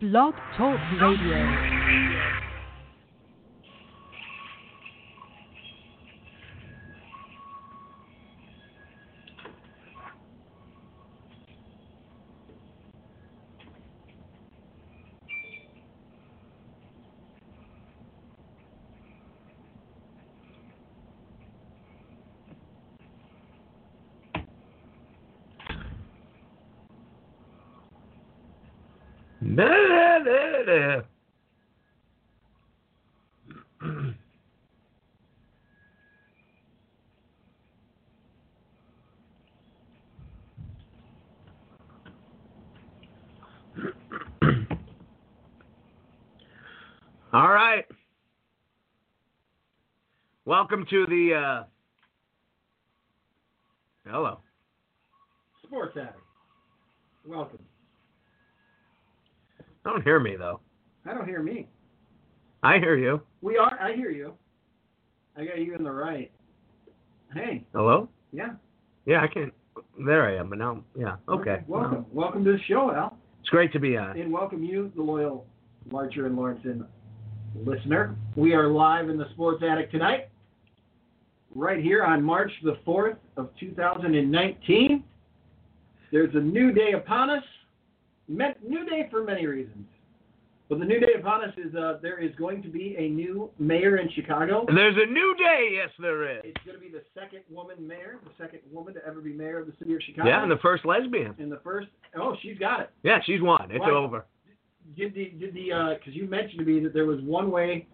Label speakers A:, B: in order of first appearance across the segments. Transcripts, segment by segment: A: Blog Talk Radio.
B: Da, da, da, da, da. All right. Welcome to the uh, hello.
C: Sports Addict. Welcome.
B: Don't hear me though.
C: I don't hear me.
B: I hear you.
C: We are. I hear you. I got you in the right. Hey.
B: Hello.
C: Yeah.
B: Yeah, I can. There I am, but now, yeah, okay.
C: Welcome. Welcome to the show, Al,
B: It's great to be on.
C: and welcome you, the loyal Larcher and Lawrence and listener. We are live in the Sports Attic tonight, right here on March the fourth of 2019. There's a new day upon us. Met, new day for many reasons, but the new day upon us is uh, there is going to be a new mayor in Chicago.
B: And there's a new day, yes, there is.
C: It's going to be the second woman mayor, the second woman to ever be mayor of the city of Chicago.
B: Yeah, and the first lesbian.
C: And the first. Oh, she's got it.
B: Yeah, she's one. It's
C: Why?
B: over.
C: Did the did the because you mentioned to me that there was one way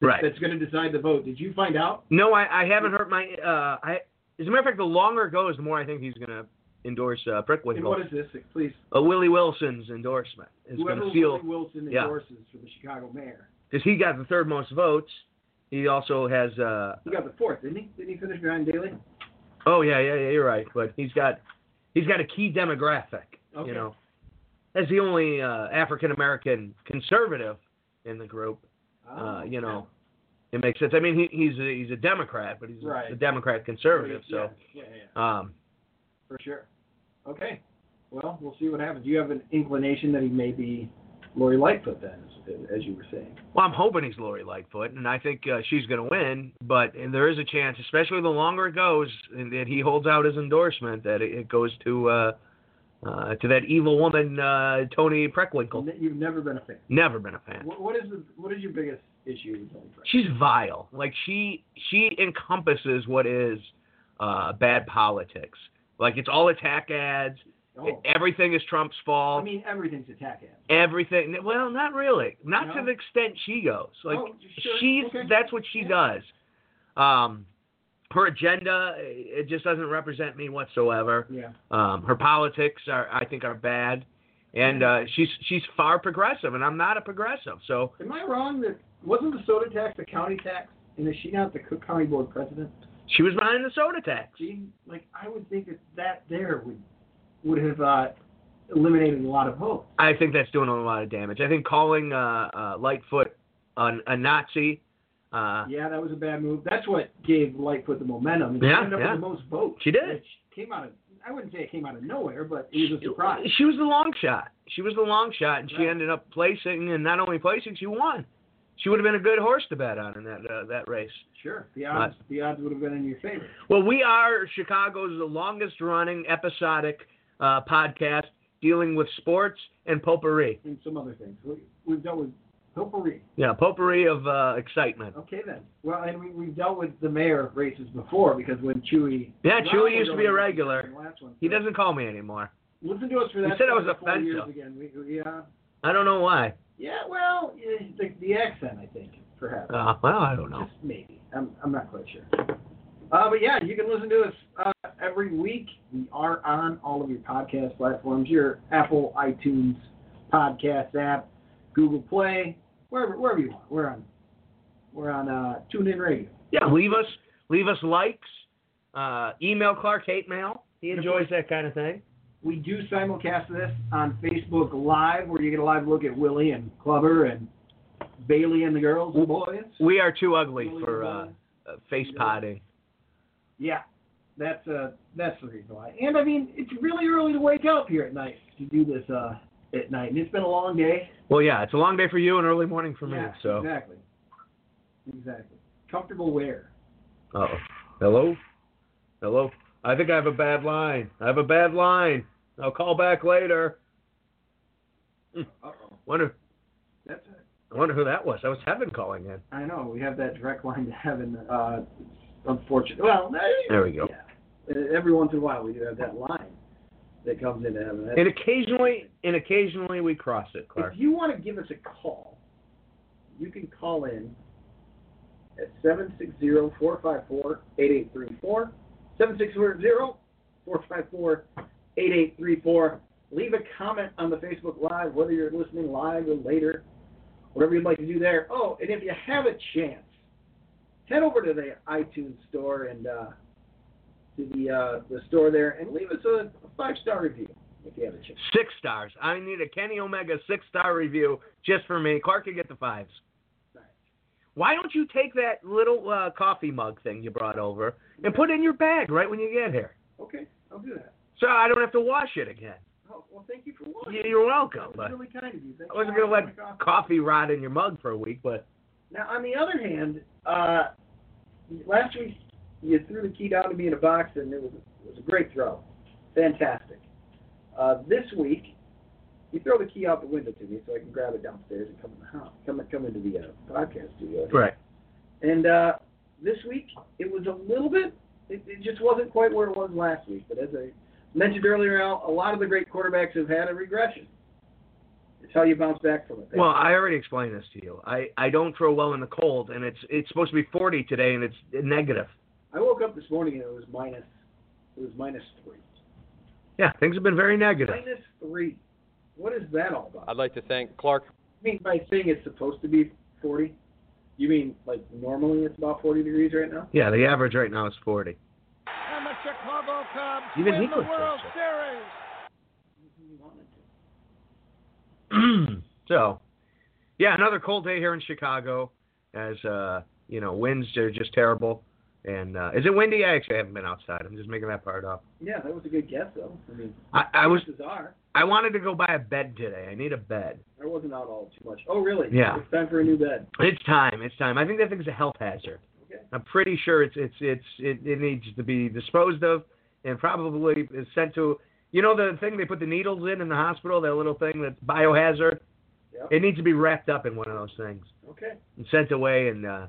C: that-
B: Right.
C: that's going to decide the vote. Did you find out?
B: No, I, I haven't heard my. Uh, I as a matter of fact, the longer it goes, the more I think he's gonna endorse uh,
C: and
B: Prickwinkle.
C: what is this? Please,
B: uh, Willie Wilson's endorsement is
C: whoever
B: gonna seal
C: Willie Wilson
B: yeah.
C: endorses for the Chicago mayor.
B: because he got the third most votes. He also has. Uh,
C: He got the fourth, didn't he? Didn't he finish behind Daley?
B: oh yeah, yeah, yeah. You're right, but he's got he's got a key demographic.
C: Okay.
B: You know, as the only uh, African American conservative in the group.
C: Ah,
B: uh, you know, it makes sense. I mean, he, he's a, he's a Democrat, but he's a-
C: Right.
B: a Democrat
C: yeah.
B: conservative.
C: Yeah,
B: So,
C: yeah, yeah, yeah,
B: um,
C: for sure. Okay. Well, we'll see what happens. You have an inclination that he may be Lori Lightfoot, then, as, as you were saying.
B: well, I'm hoping he's Lori Lightfoot, and I think uh, she's going to win. But and there is a chance, especially the longer it goes, and that he holds out his endorsement, that it, it goes to uh, uh, to that evil woman, uh, Tony Preckwinkle.
C: You've never been a fan.
B: Never been a fan.
C: What, what is the what is your biggest issue with Tony Frank?
B: She's vile. Like she she encompasses what is uh, bad politics. Like it's all attack ads.
C: Oh,
B: Everything is Trump's fault.
C: I mean everything's attack ads.
B: everything. Well, not really. Not
C: No?
B: to the extent she goes. Like
C: Oh, sure,
B: she's
C: okay.
B: that's what she does. Um, her agenda it it just doesn't represent me whatsoever.
C: Yeah.
B: Um, her politics are I think are bad, and uh, she's she's far progressive, and I'm not a progressive. So
C: Am I wrong that wasn't the soda tax a county tax, and is she not the Cook County Board President?
B: she was behind the soda tax.
C: She like I would think that that there would would have uh, eliminated a lot of votes.
B: I think that's doing a lot of damage. I think calling uh, uh, Lightfoot an, a Nazi. Uh,
C: Yeah, that was a bad move. That's what gave Lightfoot the momentum. and
B: Yeah,
C: she ended up
B: yeah.
C: with the most votes.
B: She did.
C: Which came out of I wouldn't say it came out of nowhere, but it was a surprise.
B: She was the long shot. She was the long shot, and she
C: Right.
B: ended up placing, and not only placing, she won. She would have been a good horse to bet on in that uh, that race.
C: Sure, the odds the odds would have been in your favor.
B: Well, we are Chicago's the longest running episodic uh, podcast dealing with sports and potpourri.
C: and some other things. We, we've dealt with potpourri.
B: Yeah, potpourri of uh, excitement.
C: Okay then. Well, and we, we've dealt with the mayor races before because when Chewy.
B: Yeah,
C: Wow,
B: Chewy used to be a
C: we're
B: regular.
C: going to the Last one.
B: He
C: So
B: doesn't call me anymore.
C: Listen to us for
B: He
C: that.
B: said I was
C: for four years
B: offensive.
C: again. We- we- yeah.
B: I don't know why.
C: Yeah. Well, eh, the, the accent, I think, perhaps.
B: Uh, well, I don't know.
C: Just maybe. I'm, I'm not quite sure. Uh, but yeah, you can listen to us uh, every week. We are on all of your podcast platforms your Apple, iTunes, podcast app, Google Play, wherever, wherever you want. We're on, we're on uh, TuneIn Radio.
B: Yeah, leave us leave us likes. Uh, email Clark hate mail. He enjoys that kind of thing.
C: We do simulcast this on Facebook Live, where you get a live look at Willie and Clubber and Bailey and the girls and boys.
B: We are too ugly
C: Willie
B: for uh,
C: and
B: uh, face
C: Yeah.
B: potting.
C: Yeah, that's uh that's the reason why. And I mean, it's really early to wake up here at night to do this uh at night, and it's been a long day.
B: Well, yeah, it's a long day for you and early morning for me.
C: yeah,
B: So,
C: exactly, exactly. Comfortable wear.
B: oh, hello, hello. I think I have a bad line. I have a bad line. I'll call back later.
C: Uh oh,
B: Wonder,
C: that's
B: I wonder who that was. That was Heaven calling in.
C: I know we have that direct line to heaven. Uh, it's unfortunate. Well, eh,
B: There we go.
C: yeah. Eh, Every once in a while, we do have that line that comes into heaven. That's-
B: And occasionally, and occasionally we cross it, Clark.
C: If you want to give us a call, you can call in at 760-454-8834, 760-454-8834. Leave a comment on the Facebook Live, whether you're listening live or later, whatever you'd like to do there. Oh, and if you have a chance, head over to the iTunes store and uh, to the uh, the store there and leave us a five star review if you have a chance.
B: Six stars. I need a Kenny Omega six star review just for me. Clark can get the fives. Why don't you take that little uh, coffee mug thing you brought over and put it in your bag right when you get here?
C: Okay, I'll do that.
B: So I don't have to wash it again.
C: Oh, well, thank you for
B: Y-
C: watching.
B: You're
C: That
B: welcome.
C: was
B: But
C: really kind of you. Thank
B: I
C: you
B: wasn't going
C: for
B: to let
C: offering coffee.
B: coffee rot in your mug for a week, but
C: Now, on the other hand, uh, last week you threw the key down to me in a box, and it was, it was a great throw. Fantastic. Uh, this week, you throw the key out the window to me so I can grab it downstairs and come in the house, come come into the uh, podcast studio.
B: right.
C: And uh, this week, it was a little bit, it, it just wasn't quite where it was last week. But as I mentioned earlier, Al, a lot of the great quarterbacks have had a regression. It's how you bounce back from it.
B: Well, I already explained this to you. I, I don't throw well in the cold, and it's it's supposed to be 40 today, and it's negative.
C: I woke up this morning and it was minus, it was minus three.
B: Yeah, things have been very negative.
C: Minus three. What is that all
B: Uh,
C: about?
D: I'd like to thank Clark.
C: You mean by saying it's supposed to be 40? You mean like normally it's about 40 degrees right now?
B: Yeah, the average right now is 40.
E: And the Chicago Cubs
B: Even
E: win
B: he
E: the
B: looks
E: World
B: upset.
E: Series.
C: You wanted to.
B: so, yeah, another cold day here in Chicago. As uh, you know, winds are just terrible. And uh, is it windy? I actually haven't been outside. I'm just making that part up.
C: Yeah, that was a good guess though. I mean,
B: I, I was
C: chances are
B: I wanted to go buy a bed today. I need a bed.
C: I wasn't out all too much. Oh really?
B: Yeah.
C: It's time for a new bed.
B: It's time. It's time. I think that thing's a health hazard.
C: Okay.
B: I'm pretty sure it's it's it's it, it needs to be disposed of and probably is sent to you know the thing they put the needles in in the hospital that little thing that's biohazard.
C: Yeah.
B: It needs to be wrapped up in one of those things.
C: Okay.
B: and sent away and uh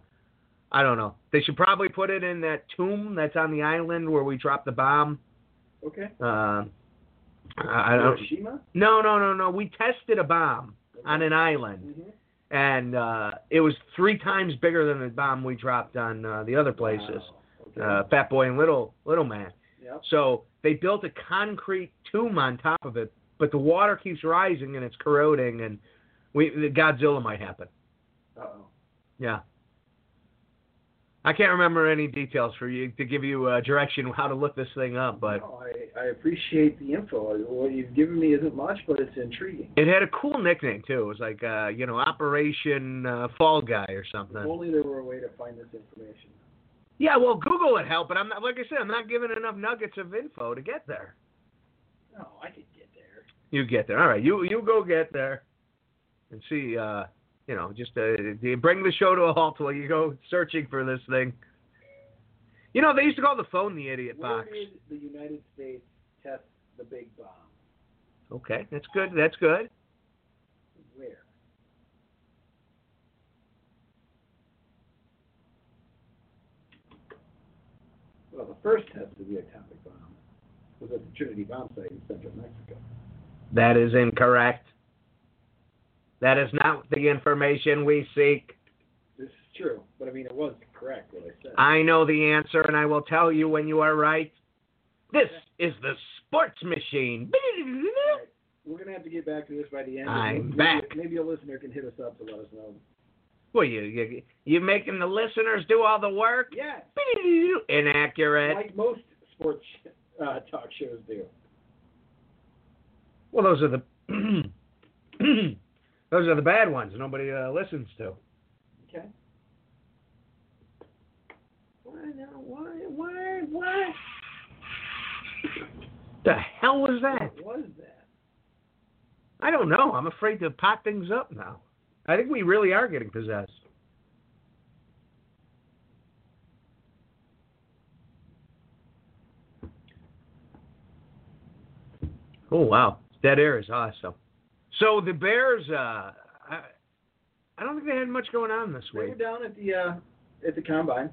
B: I don't know. They should probably put it in that tomb that's on the island where we dropped the bomb.
C: Okay.
B: Uh, I I don't.
C: Hiroshima.
B: No, no, no, no. We tested a bomb on an island,
C: hmm
B: and uh, it was three times bigger than the bomb we dropped on uh, the other places,
C: Okay.
B: uh, Fat Boy and Little Little Man.
C: yep.
B: So they built a concrete tomb on top of it, but the water keeps rising and it's corroding, and we Godzilla might happen.
C: Uh oh.
B: Yeah. I can't remember any details for you to give you uh, direction how to look this thing up, but
C: no, I, I appreciate the info. Uh, What you've given me isn't much, but it's intriguing.
B: it had a cool nickname too. It was like uh, you know Operation uh, Fall Guy or
C: If
B: something.
C: only there were a way to find this information.
B: Yeah, well Google would help, but I'm not like I said I'm not giving enough nuggets of info to get there.
C: No, I could get there.
B: You get there. All right, you you go get there, and see. Uh, you know, just uh, bring the show to a halt while you go searching for this thing. You know, they used to call the phone the idiot
C: Where
B: box.
C: did the United States test the big bomb?
B: Okay, that's good. That's good.
C: Where? Well, the first test of the atomic bomb was at the Trinity bomb site in central Mexico.
B: That is incorrect. That is not the information we seek.
C: This is true, but I mean, it was correct what I said.
B: I know the answer, and I will tell you when you are right. This is the sports machine.
C: We're gonna have to get back to this by the end.
B: I'm
C: maybe,
B: back.
C: Maybe a listener can hit us up to let us know.
B: Well, you, you you making the listeners do all the work?
C: Yes,
B: Inaccurate.
C: like most sports uh, talk shows do.
B: Well, those are the those are the bad ones. Nobody uh, listens to.
C: Okay. Why now? Why? Why? Why?
B: The hell was that?
C: What was that?
B: I don't know. I'm afraid to pot things up now. I think we really are getting possessed. Oh wow, dead air is awesome. So the Bears, uh, I, I don't think they had much going on this
C: They were
B: week.
C: down at the uh, at the combine.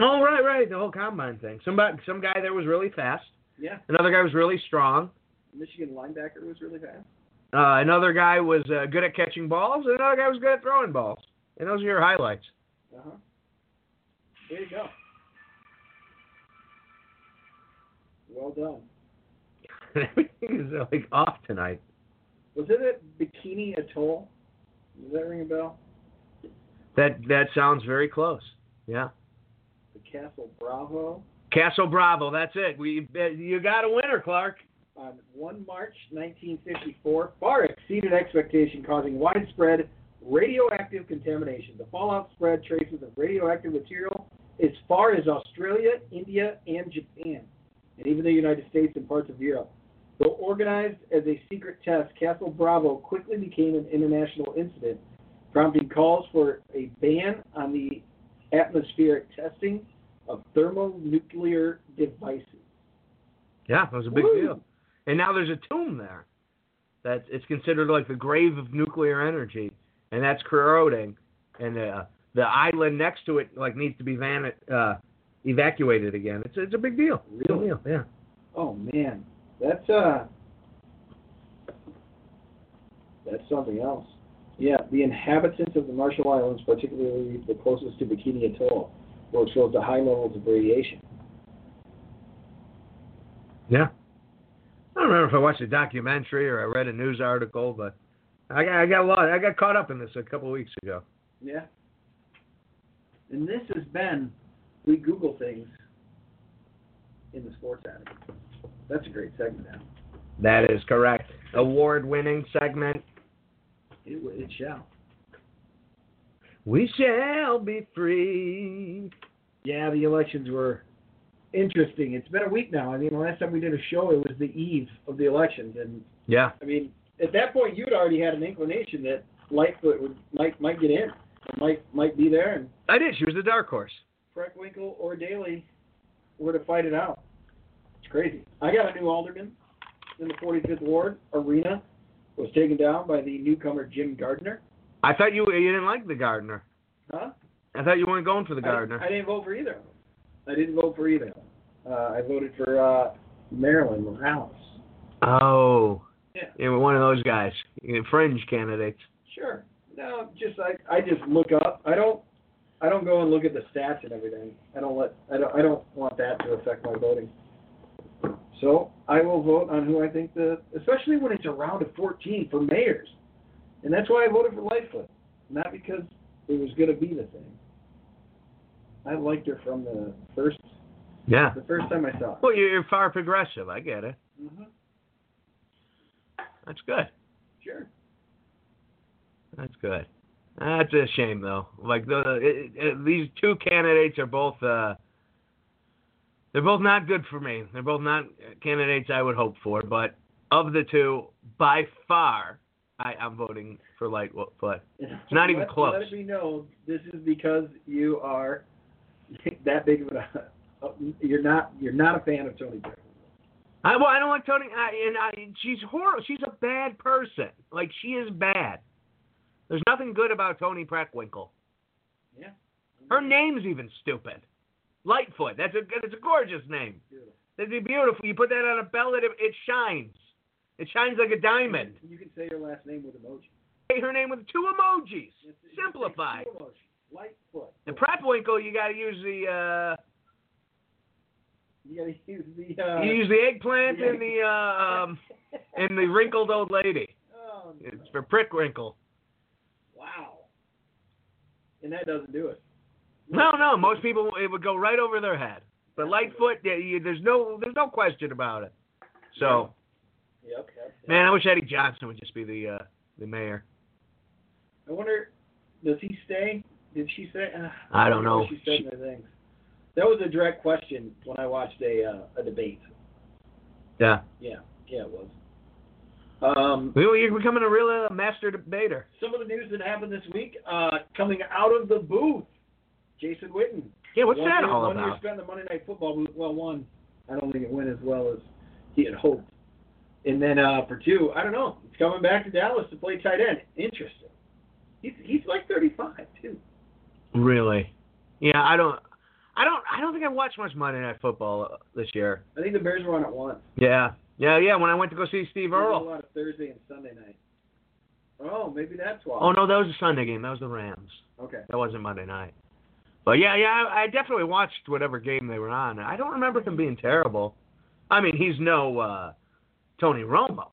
B: Oh right, right, the whole combine thing. Somebody, some guy there was really fast.
C: Yeah,
B: Another guy was really strong.
C: Michigan linebacker was really fast.
B: Uh, another guy was uh, good at catching balls, and another guy was good at throwing balls. And those are your highlights.
C: Uh huh. There you go. Well done.
B: Everything is like off tonight.
C: Was it at Bikini Atoll? Does that ring a bell?
B: That that sounds very close. Yeah.
C: The Castle Bravo
B: Castle Bravo, that's it. We uh, you got a winner, Clark.
C: on 1 March 1954 far exceeded expectation, causing widespread radioactive contamination. The fallout spread traces of radioactive material as far as Australia, India, and Japan, and even the United States and parts of Europe. Though organized as a secret test, Castle Bravo quickly became an international incident, prompting calls for a ban on the atmospheric testing of thermonuclear devices.
B: Yeah, that was a big
C: Woo.
B: deal. And now there's a tomb there. That it's considered like the grave of nuclear energy, and that's corroding. And uh, the island next to it like needs to be van- uh, evacuated again. It's it's a big deal. Big
C: Really?
B: deal, Yeah.
C: Oh man, that's uh, that's something else. Yeah, the inhabitants of the Marshall Islands, particularly the closest to Bikini Atoll, were exposed to high levels of radiation.
B: Yeah. I don't remember if I watched a documentary or I read a news article, but I got I got a lot. I got caught up in this a couple of weeks ago.
C: Yeah. And this has been we Google things in the sports attic. That's a great segment. Now
B: That is correct. Award-winning segment.
C: it, w- it shall.
B: We shall be free.
C: Yeah, the elections were interesting. It's been a week now. I mean, the last time we did a show, it was the eve of the elections, and
B: Yeah.
C: I mean, at that point, you'd already had an inclination that Lightfoot would might might get in, might might be there, and
B: I did. She was the dark horse.
C: Preckwinkle or Daly were to fight it out. It's crazy. I got a new alderman in the 45th ward. Arena was taken down by the newcomer Jim Gardner.
B: I thought you you didn't like the gardener.
C: Huh?
B: I thought you weren't going for the
C: I-
B: gardener.
C: I, didn't vote for either. of them. I didn't vote for either. of them. Uh, I voted for uh, Marilyn Morales.
B: oh.
C: Yeah.
B: You were one of those guys. You know, Fringe candidates.
C: Sure. No, just I, I just look up. I don't I don't go and look at the stats and everything. I don't let I don't I don't want that to affect my voting. So I will vote on who I think the especially when it's a round of fourteen for mayors. And that's why I voted for Lightfoot. Not because it was gonna be the thing. I liked her from the first
B: Yeah.
C: the first time I saw her.
B: Well, you're you're far progressive. I get it.
C: Mm-hmm.
B: That's good.
C: Sure.
B: That's good. That's a shame though. Like the it, it, these two candidates are both uh they're both not good for me. They're both not candidates I would hope for, but of the two, by far, I, I'm voting for Lightfoot.
C: It's
B: not even
C: let,
B: close.
C: Let me know this is because you are that big of an you're not you're not a fan of Tony Blair.
B: I well, I don't like Tony. I, and I, she's horrible. She's a bad person. Like she is bad. There's nothing good about Tony Preckwinkle.
C: Yeah.
B: Her name's even stupid. Lightfoot. That's a that's a gorgeous name.
C: Beautiful.
B: That'd be beautiful. You put that on a bell, it it shines. It shines like a diamond.
C: You can say her last name with emoji.
B: Say her name with two emojis.
C: That's it. You can
B: Simplify.
C: say two emoji. Lightfoot.
B: The Preckwinkle, you got to use the
C: You gotta use the.
B: uh,
C: Uh,
B: you use the eggplant
C: yeah.
B: and the uh, um, and the wrinkled old lady.
C: Oh, no.
B: It's for Prickwinkle.
C: Wow. And that doesn't do it.
B: No, no. Most people it would go right over their head. But Lightfoot, yeah, you, there's no there's no question about it. So
C: Yep. yep, yep.
B: man, I wish Eddie Johnson would just be the uh, the mayor.
C: I wonder, does he stay? Did she say? Uh,
B: I don't know.
C: She said in her things. That was a direct question when I watched a uh, a debate.
B: Yeah.
C: Yeah, yeah, it was. Um,
B: We- You're becoming a real uh, master debater.
C: some of the news that happened this week uh, coming out of the booth. Jason Witten.
B: Yeah, what's
C: one
B: that
C: year,
B: all
C: one year
B: about?
C: spent in the Monday Night Football booth. Well, one, I don't think it went as well as he had hoped. And then uh, for two, I don't know. He's coming back to Dallas to play tight end. Interesting. He's he's like 35 too.
B: Really? Yeah, I don't. I don't. I don't think I watched much Monday Night Football uh, this year.
C: I think the Bears were on at once.
B: Yeah, yeah, yeah. When I went to go see Steve
C: They did a
B: Earle.
C: lot of Thursday and Sunday night. Oh, maybe that's why.
B: Oh no, that was a Sunday game. That was the Rams.
C: Okay.
B: That wasn't Monday night. But yeah, yeah, I I definitely watched whatever game they were on. I don't remember him being terrible. I mean, he's no uh, Tony Romo.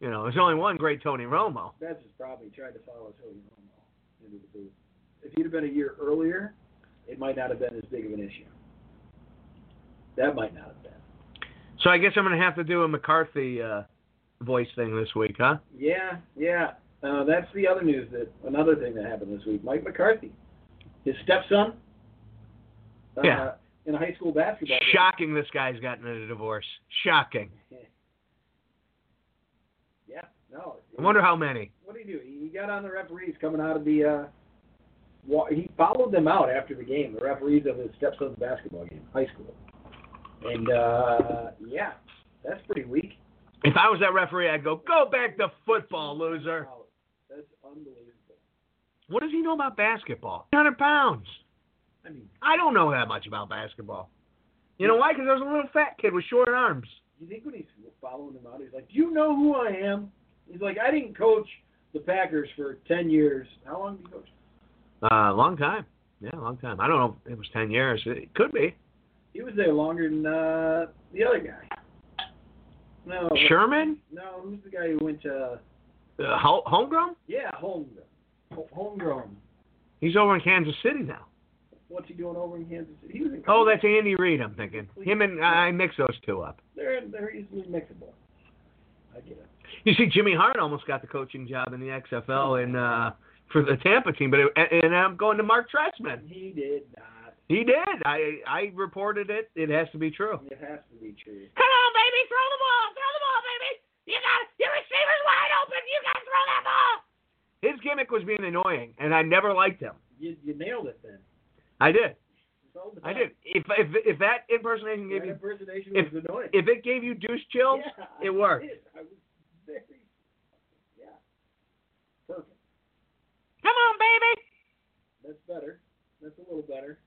B: You know, there's only one great Tony Romo.
C: That's just probably tried to follow Tony Romo into the booth. If he'd have been a year earlier, it might not have been as big of an issue. That might not have been.
B: So I guess I'm gonna have to do a McCarthy uh, voice thing this week, huh?
C: Yeah, yeah. Uh, that's the other news that another thing that happened this week. Mike McCarthy, his stepson, uh,
B: Yeah.
C: in a high school basketball. game.
B: Shocking, this guy's gotten a divorce. Shocking.
C: Yeah. No.
B: I wonder how many.
C: what did he do? He got on the referees coming out of the. Uh, wa- he followed them out after the game. The referees of his stepson's basketball game, high school. And uh, yeah, that's pretty weak.
B: If I was that referee, I'd go, go back to football, loser.
C: Wow, That's unbelievable.
B: What does he know about basketball? 100 pounds.
C: I mean,
B: I don't know that much about basketball. You know why? Because I was a little fat kid with short arms.
C: you think when he's following him out, he's like, "Do you know who I am?" He's like, "I didn't coach the Packers for ten years. How long did you coach?"
B: Uh, long time. Yeah, long time. I don't know if it was 10 years. It could be.
C: He was there longer than uh, the other guy. No.
B: Sherman?
C: No, who's the guy who went to?
B: Uh, ho- homegrown?
C: Yeah, homegrown. Ho- Homegrown.
B: He's over in Kansas City now.
C: What's he doing over in Kansas City? He was in
B: Oh, that's Andy Reid, I'm thinking. Him and I mix those two up.
C: they're they're easily mixable. I get it.
B: You see, Jimmy Hart almost got the coaching job in the XFL and uh, for the Tampa team, but it, and I'm going to Mark Trestman.
C: He did not.
B: He did. I I reported it. It has to be true.
C: It has to be true.
B: Come on, baby, throw the ball, throw the ball, baby. You got your receiver's wide open. You got to throw that ball. His gimmick was being annoying, and I never liked him.
C: You you nailed it then.
B: I did.
C: Sold it
B: I
C: up.
B: did. If if if that impersonation
C: That
B: gave you
C: impersonation
B: if-
C: was annoying.
B: if it gave you douche chills,
C: Yeah,
B: it
C: I
B: worked.
C: did. I was very, yeah, perfect.
B: come on, baby.
C: That's better. That's a little better.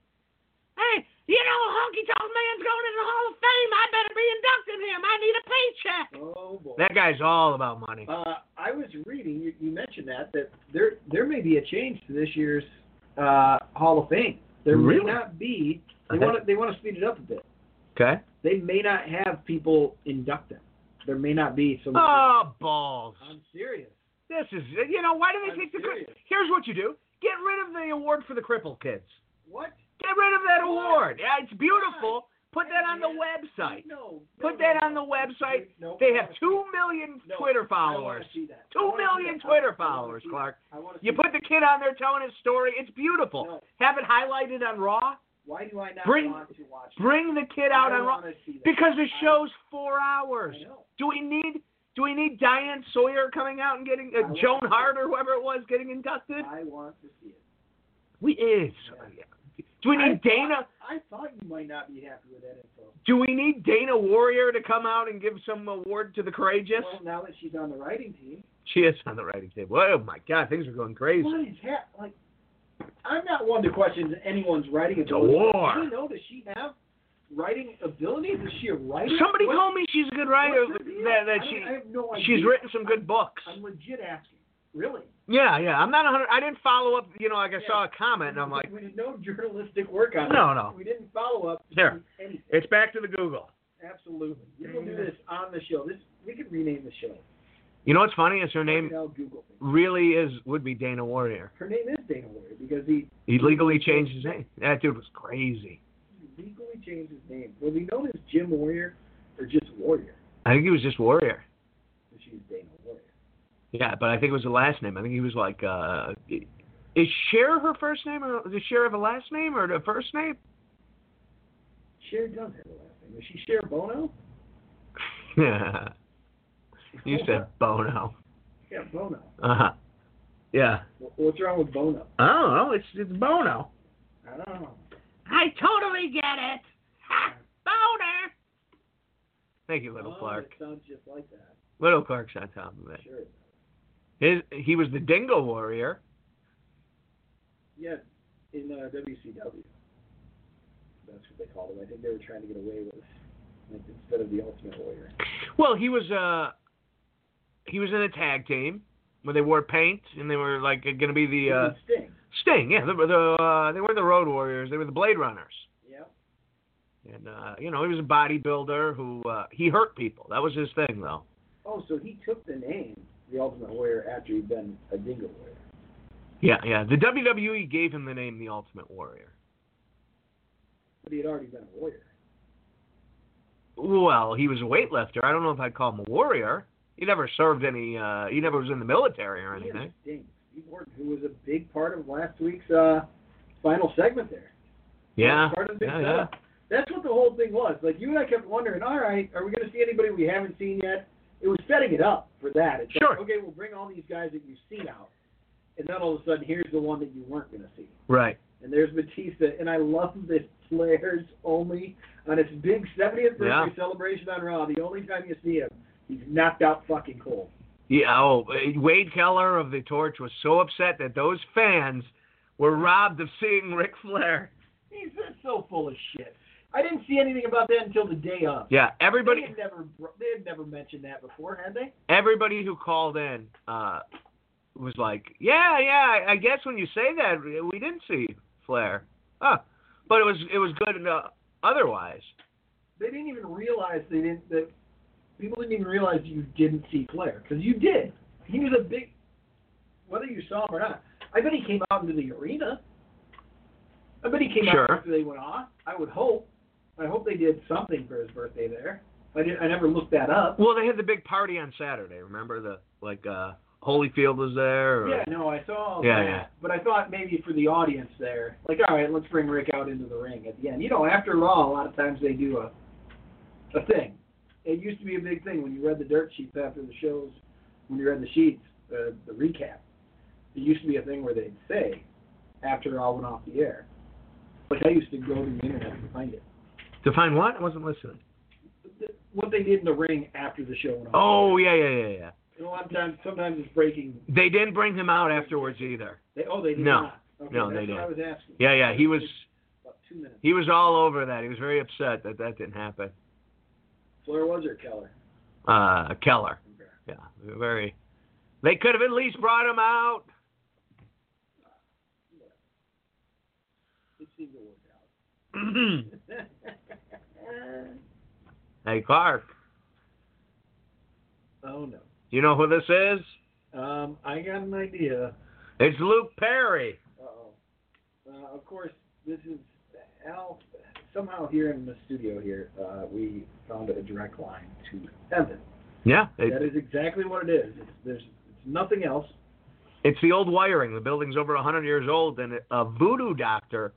B: Hey, you know a honky tonk man's going in the Hall of Fame. I better be inducting him. I need a paycheck.
C: Oh boy.
B: That guy's all about money.
C: Uh, I was reading. You, you mentioned that that there there may be a change to this year's uh, Hall of Fame. There
B: Really?
C: may not be. They
B: Okay.
C: want to they want to speed it up a bit.
B: Okay.
C: They may not have people induct them. There may not be so. many-
B: Oh balls.
C: I'm serious.
B: This is you know why do they
C: I'm
B: take the
C: serious.
B: cri- here's what you do get rid of the award for the cripple kids
C: What?
B: get rid of that
C: Why?
B: award yeah it's beautiful put that on the website
C: No.
B: Put
C: no,
B: that
C: no,
B: on
C: no.
B: the website.
C: No,
B: they
C: I
B: have
C: wanna see
B: two million
C: No,
B: Twitter
C: that. I wanna
B: followers
C: see that. I
B: two
C: wanna see
B: million
C: that. I- I
B: Twitter
C: wanna
B: followers
C: see that.
B: Clark
C: I wanna see
B: you put the kid on there telling his story it's beautiful
C: No.
B: have it highlighted on Raw
C: Why do I not
B: Bring-
C: want to watch that?
B: bring the kid out
C: I
B: on Raw
C: wanna see that.
B: because the
C: I-
B: show's four
C: I
B: hours
C: know.
B: do we need do we need Diane Sawyer coming out and getting
C: I
B: uh,
C: wanna
B: Joan
C: see
B: Hart or whoever it was getting inducted
C: I want to see it.
B: We is. Do we need
C: I
B: Dana?
C: Thought, I thought you might not be happy with that info.
B: Do we need Dana Warrior to come out and give some award to the courageous?
C: Well, now that she's on the writing team,
B: She is on the writing table. Oh my God, things are going crazy.
C: what is that? Like, I'm not one to question anyone's writing
B: It's a
C: ability.
B: war.
C: Do you know, does she have writing abilities? Is she a writer?
B: Somebody
C: What-
B: told me she's a good writer.
C: what's her deal?
B: That,
C: I
B: that
C: don't-
B: she
C: I have no idea.
B: she's written some good books.
C: I'm legit asking. Really?
B: Yeah, yeah. I'm not a hundred. I didn't follow up. You know, like I
C: Yeah.
B: saw a comment and I'm like,
C: we did no journalistic work on
B: No,
C: it.
B: no.
C: We didn't follow up.
B: There.
C: Anything.
B: it's back to the Google.
C: Absolutely. We will do this on the show. This we could rename the show.
B: You know what's funny is her name
C: Now Google. it.
B: really is would be Dana Warrior.
C: Her name is Dana Warrior because he
B: He legally changed his name. That dude was crazy.
C: legally changed his name. Was he known as Jim Warrior or just Warrior?
B: I think he was just Warrior.
C: Because she's Dana Warrior.
B: Yeah, but I think it was the last name. I think he was like, uh, is Cher her first name, or does Cher have a last name or a first name?
C: Cher does have a last name. Is she Cher Bono?
B: Yeah. You said Bono.
C: Yeah, Bono.
B: Uh huh. Yeah.
C: Wh- What's wrong with Bono?
B: I don't know. It's it's Bono.
C: I don't know.
B: I totally get it. Ha! Boner. Thank you, Little
C: Oh,
B: Clark.
C: It sounds just like that.
B: Little Clark's on top of it.
C: Sure.
B: His he was the Dingo Warrior.
C: Yeah, in uh, WCW. That's what they called him. I think they were trying to get away with, like, instead of the Ultimate Warrior.
B: Well, he was uh he was in a tag team when they wore paint and they were like going to be the uh,
C: It was Sting.
B: Sting. Yeah, the, the uh, they were the Road Warriors. They were the Blade Runners.
C: Yeah.
B: And uh, you know he was a bodybuilder who uh, he hurt people. That was his thing though.
C: Oh, so he took the name the Ultimate Warrior after he'd been a Dingo Warrior.
B: Yeah, yeah. The WWE gave him the name the Ultimate Warrior.
C: But he had already been a warrior.
B: Well, he was a weightlifter. I don't know if I'd call him a warrior. He never served any. Uh, he never was in the military or
C: He is
B: anything.
C: Sting. Steve Orton, who was a big part of last week's uh, final segment there.
B: Yeah,
C: Part of the uh,
B: yeah,
C: big
B: yeah.
C: setup. That's what the whole thing was. Like you and I kept wondering, all right, are we going to see anybody we haven't seen yet? It was setting it up for that. It's
B: Sure.
C: Like, okay, we'll bring all these guys that you've seen out, and then all of a sudden, here's the one that you weren't going to see.
B: Right.
C: And there's Batista, and I love that Flair's only on his big 70th birthday
B: Yeah.
C: celebration on Raw. The only time you see him, he's knocked out fucking cold.
B: Yeah. Oh, uh, Wade Keller of the Torch was so upset that those fans were robbed of seeing Ric Flair.
C: He's just so full of shit. I didn't see anything about that until the day of.
B: Yeah.
C: They
B: Everybody.
C: had never br- they had never mentioned that before, had they?
B: Everybody who called in uh, was like, "Yeah, yeah. I- I guess when you say that, we didn't see Flair. Huh. But it was it was good enough otherwise.
C: They didn't even realize they didn't that people didn't even realize you didn't see Flair because you did. He was a big whether you saw him or not. I bet he came out into the arena. I bet he came
B: Sure.
C: out after they went off. I would hope. I hope they did something for his birthday there. I did, I never looked that up.
B: Well, they had the big party on Saturday. Remember the like uh Holyfield was there. Or,
C: Yeah, no, I saw all
B: Yeah,
C: that.
B: yeah.
C: But I thought maybe for the audience there, like, all right, let's bring Rick out into the ring at the end. You know, after Raw, a lot of times they do a a thing. It used to be a big thing when you read the dirt sheets after the shows, when you read the sheets, uh, the recap. It used to be a thing where they'd say after it all went off the air. Like I used to go to the internet to find it.
B: To find what? I wasn't listening.
C: Th- What they did in the ring after the show went off.
B: Oh yeah yeah yeah yeah.
C: And a lot of times, sometimes it's breaking.
B: They didn't bring him out afterwards either.
C: They, oh, they did
B: No.
C: not. Okay,
B: No,
C: that's
B: they
C: what I was asking.
B: Yeah yeah he was
C: About two minutes.
B: he was all over that. He was very upset that that didn't happen.
C: Flair was or Keller?
B: Uh Keller. Yeah very. They could have at least brought him out.
C: It seemed to work out.
B: hey Clark,
C: oh no.
B: you know who this is?
C: Um, I got an idea.
B: It's Luke Perry.
C: Uh oh. Uh, of course, this is Al. Somehow here in the studio here, uh, we found a direct line to heaven.
B: Yeah, it,
C: that is exactly what it is. It's, there's it's nothing else.
B: it's the old wiring. The building's over 100 years old, and a voodoo doctor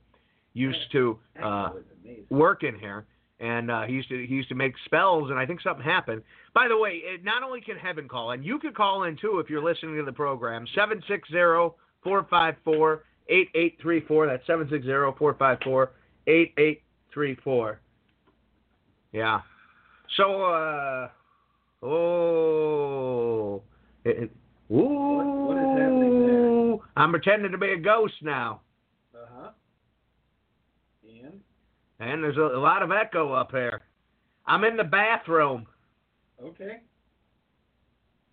B: used to uh,
C: That was amazing.
B: work in here, and uh, he used to he used to make spells, and I think something happened. By the way, it, not only can heaven call, and you could call in too if you're listening to the program seven six zero four five four eight eight three four. That's seven six zero four five four eight eight three four. Yeah. So, uh, oh, it, it, ooh,
C: what is happening there?
B: I'm pretending to be a ghost now,
C: Uh huh. And
B: and there's a, a lot of echo up here. I'm in the bathroom.
C: okay.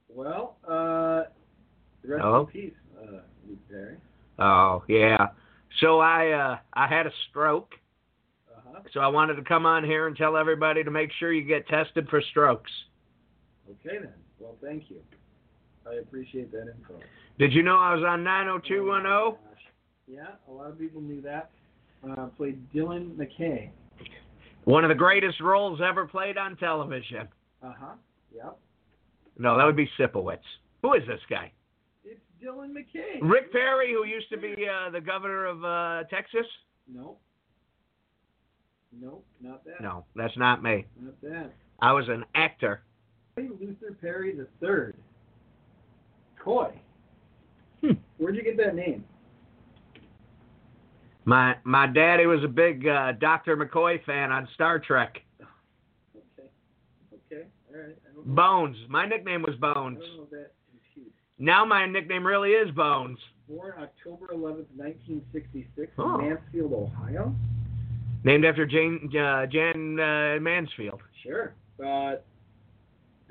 C: Well, uh, rest
B: Hello?
C: in peace, uh, Luke Perry.
B: Oh yeah. So I uh I had a stroke,
C: Uh huh.
B: so I wanted to come on here and tell everybody to make sure you get tested for strokes.
C: Okay then. Well, thank you. I appreciate that info.
B: Did you know I was on 90210?
C: Oh, my gosh. Yeah, a lot of people knew that. Uh, played Dylan McKay.
B: One of the greatest roles ever played on television.
C: Uh huh. Yep.
B: No, that would be Sipowicz. Who is this guy?
C: It's Dylan McKay.
B: Rick Perry, who used to be uh, the governor of uh, Texas?
C: Nope. Nope. Not that.
B: No, that's not me.
C: Not that.
B: I was an actor.
C: Ray Luther Perry III. Coy.
B: Hmm.
C: Where'd you get that name?
B: My my daddy was a big uh, Dr. McCoy fan on Star Trek.
C: Okay. Okay. All right. I don't know,
B: Bones. My nickname was
C: I
B: Bones.
C: don't know that compute.
B: Now my nickname really is Bones.
C: Born October 11th, 1966
B: Oh.
C: in Mansfield, Ohio.
B: Named after Jane uh, Jan uh, Mansfield.
C: Sure. But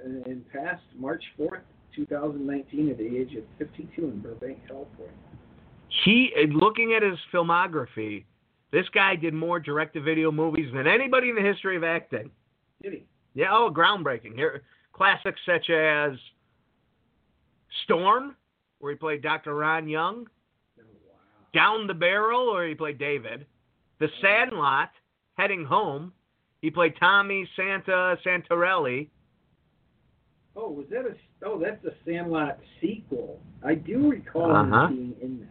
C: and and passed March 4th, 2019 at the age of 52 in Burbank, California.
B: He and looking at his filmography, this guy did more direct-to-video movies than anybody in the history of acting.
C: Did he?
B: Yeah, oh, groundbreaking. Here, classics such as Storm, where he played Dr. Ron Young,
C: Oh, wow.
B: Down the Barrel, where he played David, The Sandlot, Heading Home, he played Tommy Santa Santarelli.
C: Oh, was that a? Oh, that's the Sandlot sequel. I do recall
B: Uh-huh.
C: him being in that.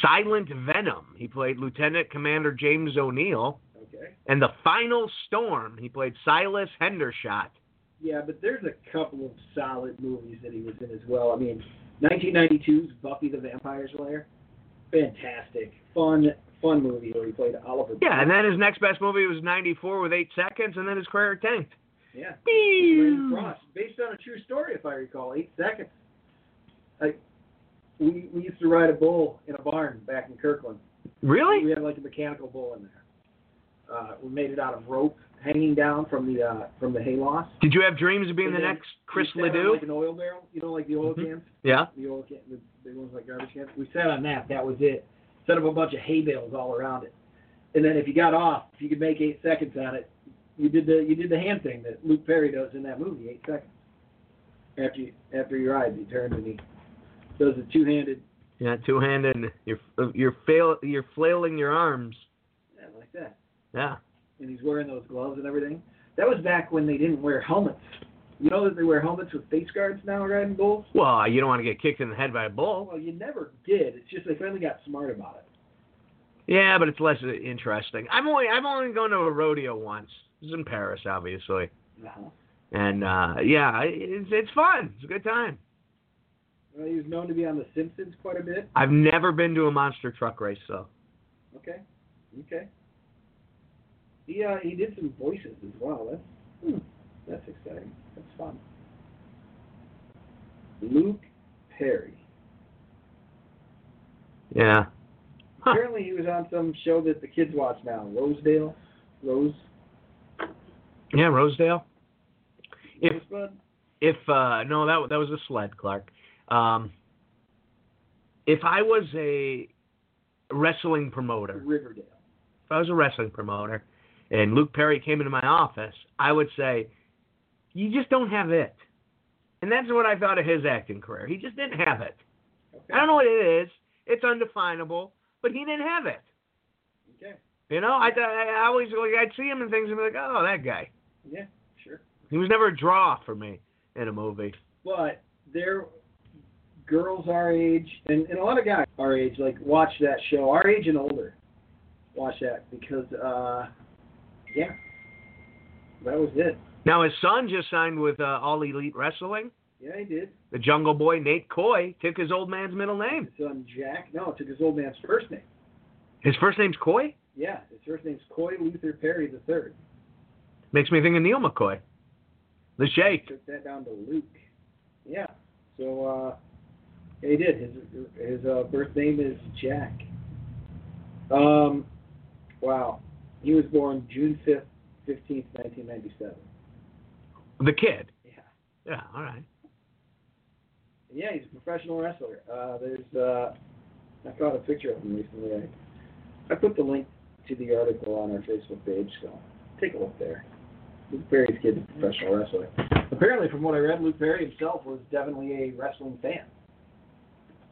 B: Silent Venom, he played Lieutenant Commander James O'Neill,
C: Okay.
B: and The Final Storm, he played Silas Hendershot.
C: Yeah, but there's a couple of solid movies that he was in as well. I mean, 1992's Buffy the Vampire Slayer, fantastic, fun, fun movie where he played Oliver.
B: Yeah, and then his next best movie was 94 with 8 seconds, and then his career tanked.
C: yeah, Ray Frost, based on a true story, if I recall, eight seconds. I, we we used to ride a bull in a barn back in Kirkland.
B: Really?
C: We had like a mechanical bull in there. Uh, we made it out of rope hanging down from the uh, from the hayloft.
B: Did you have dreams of being
C: And
B: the
C: then
B: next Chris
C: We sat on,
B: Ledoux?
C: Like an oil barrel, you know, like the oil
B: Mhm.
C: cans,
B: Yeah.
C: the oil can, the big ones like garbage cans. We sat on that. That was it. Set up a bunch of hay bales all around it, and then if you got off, if you could make eight seconds on it, you did the you did the hand thing that Luke Perry does in that movie, eight seconds. After you, after he rides, he turns and he does the two handed,
B: Yeah, two handed. and You're you're fail you're flailing your arms.
C: like that,
B: Yeah.
C: and he's wearing those gloves and everything. That was back when they didn't wear helmets. You know that they wear helmets with face guards now riding bulls.
B: Well, you don't want to get kicked in the head by a bull.
C: Well, you never did. It's just they finally got smart about it.
B: Yeah, but it's less interesting. I've only I've only gone to a rodeo once. It was in Paris, obviously,
C: Uh-huh.
B: and uh yeah, I- it's it's fun. It's a good time.
C: Well, he was known to be on The Simpsons quite a bit.
B: I've never been to a monster truck race though.
C: Okay, okay. He uh, he did some voices as well. That's hmm, that's exciting. That's fun. Luke Perry.
B: Yeah. Huh.
C: Apparently, he was on some show that the kids watch now. Rosedale, Rose,
B: Yeah, Rosedale. If-
C: Rosebud.
B: if uh no that that was a sled clark um if i was a wrestling promoter
C: Riverdale.
B: if i was a wrestling promoter and luke perry came into my office i would say you just don't have it and that's what i thought of his acting career he just didn't have it
C: Okay.
B: i don't know what it is it's undefinable but he didn't have it
C: Okay.
B: you know i i always like i'd see him in things and be like oh that guy
C: Yeah. Sure.
B: he was never a draw for me in a movie
C: but they're girls our age and, and a lot of guys our age like watch that show our age and older watch that because uh yeah that was it
B: now his son just signed with uh, all elite wrestling
C: yeah he did
B: The Jungle Boy, Nate Coy, took his old man's middle name.
C: his son um, jack no it took his old man's first name
B: His first name's Coy?
C: yeah his first name's coy luther perry the third
B: Makes me think of Neil McCoy. The Shake.
C: took that down to luke yeah so uh yeah, he did his his uh, birth name is jack um wow he was born june 5th 15th 1997
B: The Kid.
C: Yeah.
B: Yeah, all right.
C: Yeah, he's a professional wrestler. Uh, there's uh, I found a picture of him recently. I, I put the link to the article on our Facebook page, so take a look there. Luke Perry's kid's a professional wrestler. Apparently, from what I read, Luke Perry himself was definitely a wrestling fan.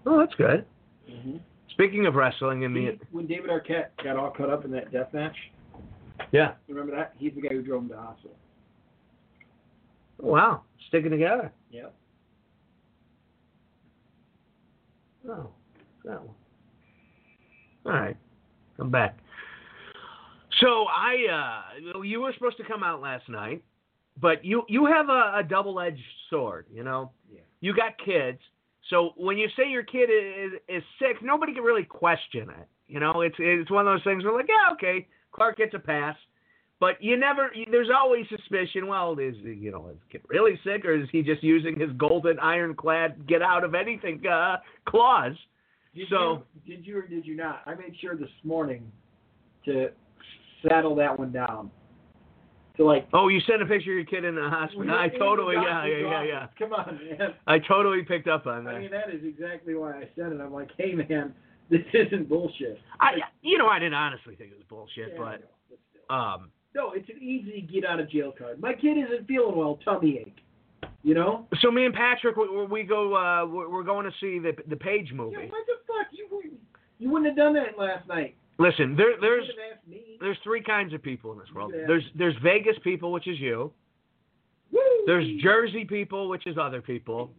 B: Oh, that's good.
C: Mm-hmm.
B: Speaking of wrestling in the.
C: He, when David Arquette got all cut up in that death match,
B: Yeah.
C: remember that? He's the guy who drove him to the hospital.
B: Wow. Sticking together.
C: Yeah.
B: Oh, that one. All right. I'm back. So I, uh, you were supposed to come out last night. but you you have a, a double edged sword. You know,
C: Yeah.
B: you got kids, so when you say your kid is is sick, nobody can really question it. You know, it's it's one of those things where like, yeah, okay, Clark gets a pass, but you never. There's always suspicion. Well, is you know, is the kid really sick, or is he just using his golden ironclad get out of anything uh, clause?
C: Did
B: So-
C: you, did you or did you not? I made sure this morning to saddle that one down. To like
B: Oh, you sent a picture of your kid in the hospital. I totally, yeah, yeah, yeah, yeah.
C: Come on, man.
B: I totally picked up on
C: I
B: that.
C: mean, that is exactly why I said it. I'm like, hey, man, this isn't bullshit.
B: I, you know, I didn't honestly think it was bullshit,
C: Yeah, I know,
B: but
C: but still.
B: um,
C: no, it's an easy get out of jail card. My kid isn't feeling well, tummy ache. You know?
B: so me and Patrick, we, we go, uh, we're we're going to see the the Page movie.
C: Yeah, what the fuck? You wouldn't, you wouldn't have done that last night.
B: Listen, there, there's
C: you could have asked me.
B: there's three kinds of people in this world.
C: Yeah.
B: There's there's Vegas people, which is you.
C: Woo!
B: There's Jersey people, which is other people,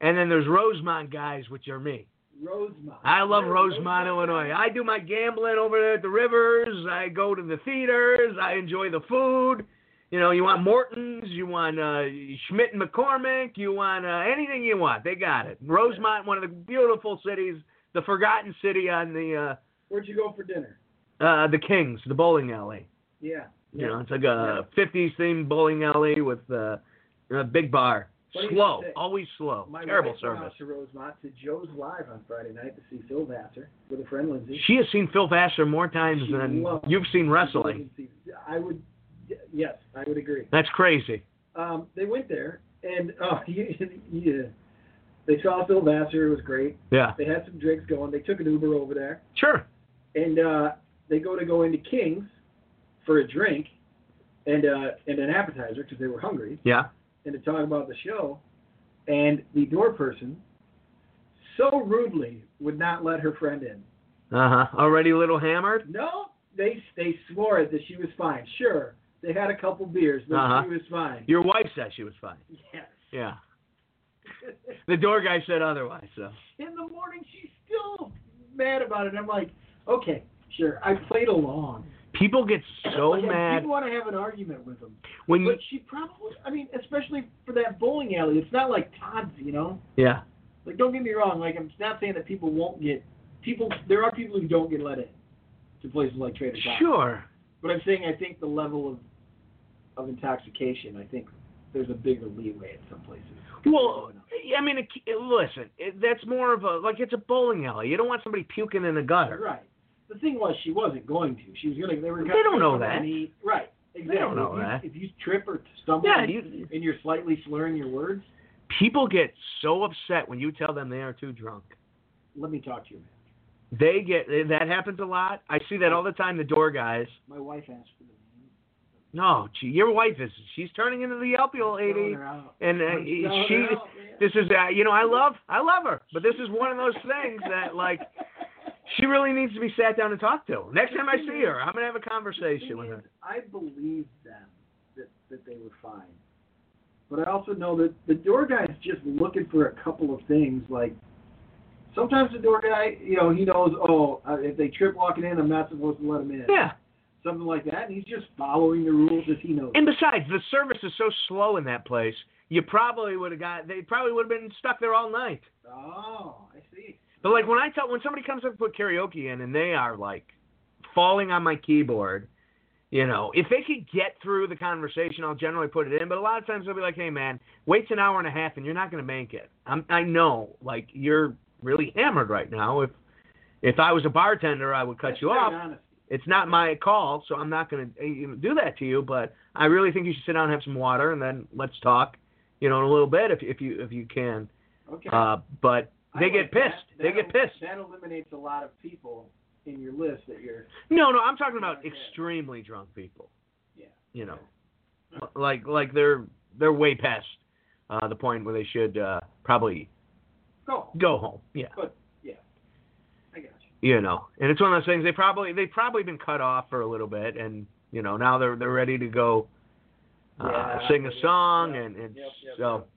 B: and then there's Rosemont guys, which are me.
C: Rosemont.
B: I love
C: You're a
B: Rosemont, Illinois. I do my gambling over there at the rivers. I go to the theaters. I enjoy the food. You know, you want Morton's, you want uh, Schmidt and McCormick, you want uh, anything you want. They got it. Rosemont, one of the beautiful cities, the forgotten city on the
C: Where'd you go for dinner?
B: uh, uh, the Kings, the bowling alley.
C: Yeah.
B: You know, it's like a 50s themed bowling alley with uh, a big bar.
C: What do you
B: Slow,
C: think?
B: always slow.
C: My
B: Terrible
C: wife went
B: service.
C: out to Rosemont to Joe's Live on Friday night to see Phil Vassar with a friend, Lindsay.
B: She has seen Phil Vassar more times
C: She
B: than
C: loves-
B: you've seen wrestling.
C: I would, yes, I would agree.
B: That's crazy.
C: Um, they went there, and oh, yeah, they saw Phil Vassar. It was great.
B: Yeah.
C: They had some drinks going. They took an Uber over there,
B: Sure.
C: and uh, they go to go into King's for a drink and uh, and an appetizer because they were hungry.
B: Yeah.
C: and to talk about the show, and the door person so rudely would not let her friend in.
B: Uh huh. Already a little hammered.
C: No, they they swore that she was fine. Sure, they had a couple beers, but
B: Uh-huh.
C: she was fine.
B: Your wife said she was fine.
C: Yes.
B: Yeah. The door guy said otherwise. So.
C: in the morning, she's still mad about it. I'm like, okay, sure, I played along.
B: People get so
C: Like,
B: mad
C: People want to have an argument with them,
B: when you.
C: but she probably, I mean, especially for that bowling alley. It's not like Todd's, you know.
B: Yeah.
C: Like, don't get me wrong. Like, I'm not saying that people won't get people. There are people who don't get let in to places like Trader Joe's.
B: Sure.
C: But I'm saying I think the level of of intoxication. I think there's a bigger leeway at some places.
B: Well, I mean, it, it- listen, it, that's more of a like it's a bowling alley. You don't want somebody puking in a gutter.
C: right. The thing was, she wasn't going to. She was gonna. They were.
B: They
C: gonna-
B: don't know
C: gonna
B: that.
C: meet- Right. Exactly.
B: don't know
C: if you,
B: that.
C: If you trip or stumble,
B: Yeah.
C: and-
B: You,
C: and you're slightly slurring your words,
B: people get so upset when you tell them they are too drunk.
C: let me talk to you. man.
B: They get that happens a lot. I see that all the time. The door guys.
C: My wife asked for the name.
B: No, gee, your wife is. She's turning into the yelpy old
C: Throwing
B: lady.
C: her out.
B: and
C: I'm
B: uh,
C: throwing
B: she
C: her out, man.
B: this is uh, you know i love i love her but this is one of those things that like she really needs to be sat down and talked to next time i see her i'm going to have a
C: thing
B: conversation with her
C: is, I believe them that, that they were fine. But I also know that the door guy is just looking for a couple of things. Like sometimes the door guy, you know, he knows, oh, uh, if they trip walking in, I'm not supposed to let them in.
B: yeah
C: Something like that. And he's just following the rules as he knows.
B: and besides the service is so slow in that place you probably would have got they probably would have been stuck there all night
C: oh, I see.
B: but like when i tell when somebody comes up and put karaoke in and they are like falling on my keyboard you know, if they could get through the conversation, I'll generally put it in. But a lot of times they'll be like, "Hey, man, wait's an hour and a half, and you're not going to make it." I'm, I know, like you're really hammered right now. If if I was a bartender, I would cut
C: That's
B: you
C: great
B: off.
C: honesty.
B: It's not my call, so I'm not going to do that to you. But I really think you should sit down and have some water, and then let's talk. You know, in a little bit, if if you if you can.
C: Okay.
B: Uh, but
C: I
B: they
C: like
B: get
C: that.
B: pissed. They
C: That
B: get
C: el-
B: pissed.
C: That eliminates a lot of people in your list that you're.
B: No, no, I'm talking about
C: Okay.
B: extremely drunk people.
C: Yeah.
B: You know, like like they're they're way past uh, the point where they should uh, probably
C: Go.
B: go home. Yeah.
C: I got you.
B: You know, and it's one of those things they probably they've probably been cut off for a little bit, and you know now they're they're ready to go uh,
C: Yeah,
B: sing a
C: yeah,
B: song,
C: yeah,
B: and and
C: yep, yep,
B: so
C: yep.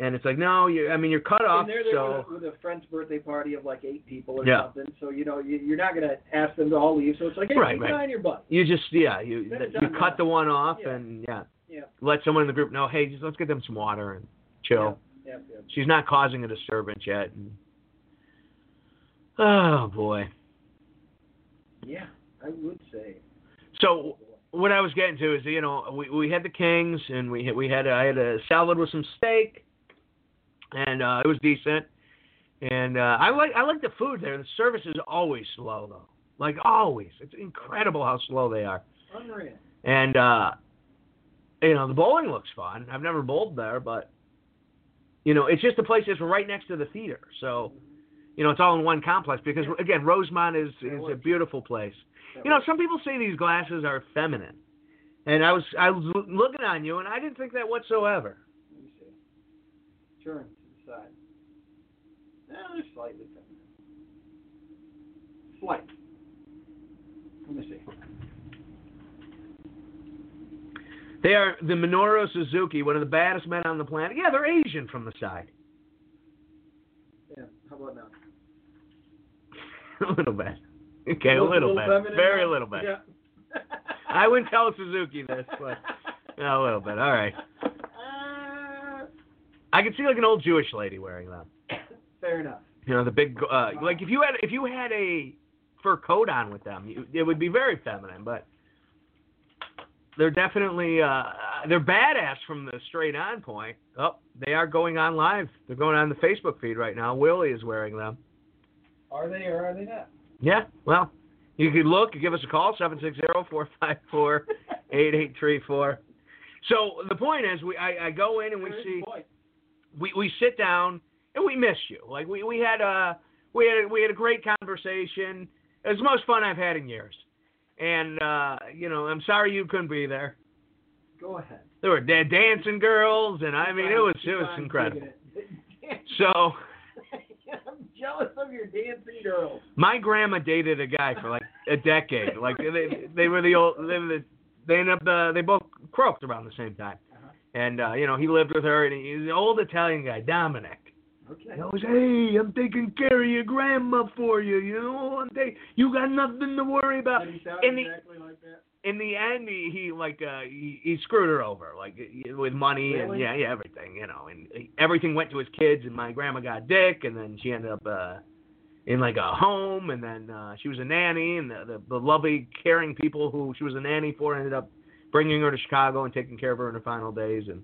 B: and it's like no, you I mean you're cut off,
C: and they're there
B: so
C: with, a, with a friend's birthday party of like eight people or
B: Yeah.
C: something. So you know you, you're not gonna ask them to all leave. So it's like hey,
B: Right,
C: keep
B: right.
C: an eye on your butt.
B: you just yeah you
C: Then it's
B: you
C: done
B: cut
C: now.
B: the one off,
C: Yeah.
B: and yeah
C: Yeah, Yeah.
B: let someone in the group know, hey, just let's get them some water and chill.
C: Yep, yep.
B: She's not causing a disturbance yet. And, oh boy.
C: Yeah, I would say.
B: So what I was getting to is, you know, we we had the Kings and we had- we had I had a salad with some steak, and uh, it was decent. And uh, I like I like the food there. The service is always slow though, like always. It's incredible how slow they are.
C: Unreal.
B: And uh, you know, the bowling looks fun. I've never bowled there, but you know, it's just a place that's right next to the theater. So, you know, it's all in one complex because again, Rosemont is
C: That
B: is a
C: works.
B: beautiful place.
C: That
B: You know,
C: works.
B: some people say these glasses are feminine. And I was I was loo- looking on you and I didn't think that whatsoever.
C: Let me see. Turn to the side. Eh, they're slightly feminine. Slight. Let me see.
B: They are the Minoru Suzuki, one of the baddest men on the planet. Yeah, they're Asian from the side.
C: Yeah, how about now?
B: a little bit. Okay, a little, bit.
C: feminine
B: Very
C: now?
B: little bit.
C: Yeah.
B: I wouldn't tell Suzuki this, but yeah, a little bit. All right.
C: Uh,
B: I could see like an old Jewish lady wearing them.
C: fair enough.
B: You know, the big uh, like if you had if you had a fur coat on with them, you, it would be very feminine. But they're definitely uh, they're badass from the straight on point. Oh, they are going on live. They're going on the Facebook feed right now. Willie is wearing them.
C: Are they or are they not?
B: Yeah, well, you could look. You give us a call seven six zero four five four eight eight three four. So the point is, we I, I go in and we
C: There is
B: see
C: a point.
B: we we sit down and we miss you. Like we we had a we had we had a great conversation. It was the most fun I've had in years. And uh, you know, I'm sorry you couldn't be there.
C: Go ahead.
B: There were da- dancing girls, and I mean, it was it was incredible. So
C: I'm jealous of your dancing girls.
B: my grandma dated a guy for like a decade. Like they they were the old they were the, they ended up uh, they both croaked around the same time.
C: Uh-huh.
B: And uh, you know, he lived with her, and he, he's an old Italian guy, Dominic.
C: Okay.
B: And I was, hey, I'm taking care of your grandma for you. You know, I'm taking, you got nothing to worry about.
C: Did he sound
B: in the-
C: exactly like that?
B: In the end, he, he like uh, he, he screwed her over, like y- with money and
C: Really?
B: yeah, yeah, everything, you know, and uh, everything went to his kids. And my grandma got dick, and then she ended up uh, in like a home, and then uh, she was a nanny, and the, the the lovely, caring people who she was a nanny for ended up bringing her to Chicago and taking care of her in her final days, and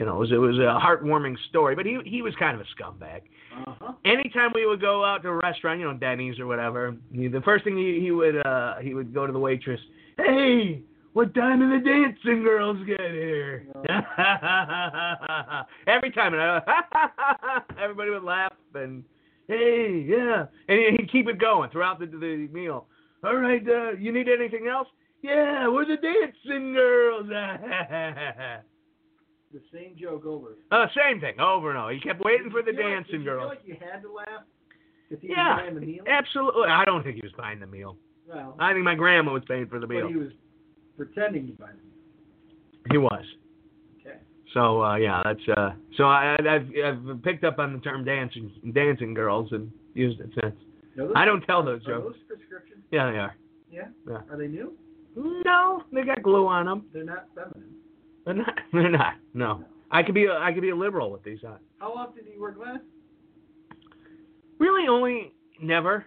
B: you know, it was it was a heartwarming story. But he he was kind of a scumbag
C: Uh-huh.
B: anytime we would go out to a restaurant, you know, Denny's or whatever, he, the first thing he, he would uh he would go to the waitress, Hey, what time do the dancing girls get here? Every time and I, everybody would laugh and hey, yeah. And he'd keep it going throughout the the meal. All right, uh, you need anything else? Yeah, we're the dancing girls.
C: The same joke over.
B: uh, same thing over and over. He kept waiting for the
C: Did you feel like-
B: dancing girls.
C: Did you feel like you had to laugh? 'Cause he was
B: Yeah,
C: buying the meal?
B: absolutely. I don't think he was buying the meal.
C: Well,
B: I think my grandma was paying for the
C: but
B: meal.
C: he was pretending to buy the meal.
B: He was.
C: Okay.
B: So uh, yeah, that's uh. So I, I- I've I've picked up on the term dancing dancing girls and used it since.
C: Now, those-
B: I don't tell those
C: Are
B: jokes.
C: those prescriptions?
B: Yeah, they are.
C: Yeah?
B: Yeah.
C: Are they new?
B: No, they got glue on them.
C: They're not feminine.
B: They're not. They're not. No. I could be a, I could be a liberal with these on.
C: How often do you work last?
B: Really, only never.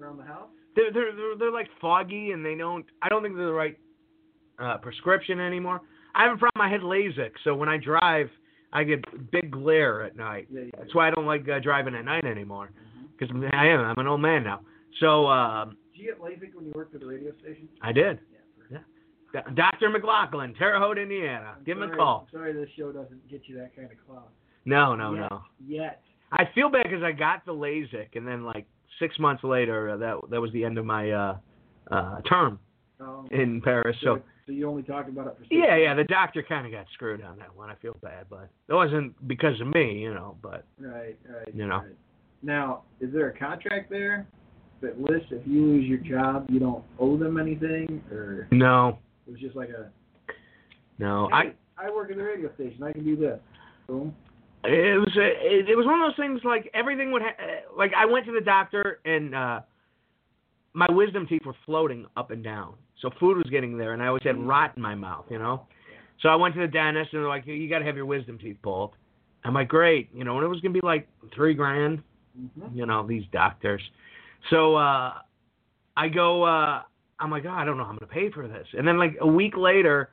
C: Around the house?
B: They're they're they're, they're like foggy and they don't. I don't think they're the right uh, prescription anymore. I have a problem. I had LASIK, so when I drive, I get big glare at night.
C: Yeah, yeah.
B: That's why I don't like uh, driving at night anymore. Because I am. I'm an old man now. So um,
C: Did you get LASIK when you worked at the radio station?
B: I did.
C: Yeah.
B: D- Dr. McLaughlin, Terre Haute, Indiana.
C: I'm
B: Give him a
C: sorry-
B: call.
C: I'm sorry this show doesn't get you that kind of clout.
B: No, no,
C: Yes.
B: no.
C: Yet.
B: I feel bad because I got the LASIK, and then like six months later, uh, that that was the end of my uh, uh, term
C: Um,
B: in Paris. So
C: so you only talked about it for six
B: yeah, yeah, the doctor kind of got screwed on that one. I feel bad, but it wasn't because of me, you know. But
C: Right, right.
B: You know.
C: right. Now, is there a contract there that lists if you lose your job, you don't owe them anything, or
B: no,
C: it was just like a
B: no, Oh, I
C: hey, I work at the radio station, I can do this. Boom.
B: it was a, it, it was one of those things like everything would ha- uh, like I went to the doctor and uh my wisdom teeth were floating up and down. So food was getting there and I always had rot in my mouth, you know. So I went to the dentist and they're like, you got to have your wisdom teeth pulled. I'm like, great. You know, and it was going to be like three grand,
C: Mhm.
B: you know, these doctors. So uh, I go, uh, I'm like, oh, I don't know how I'm going to pay for this. And then like a week later,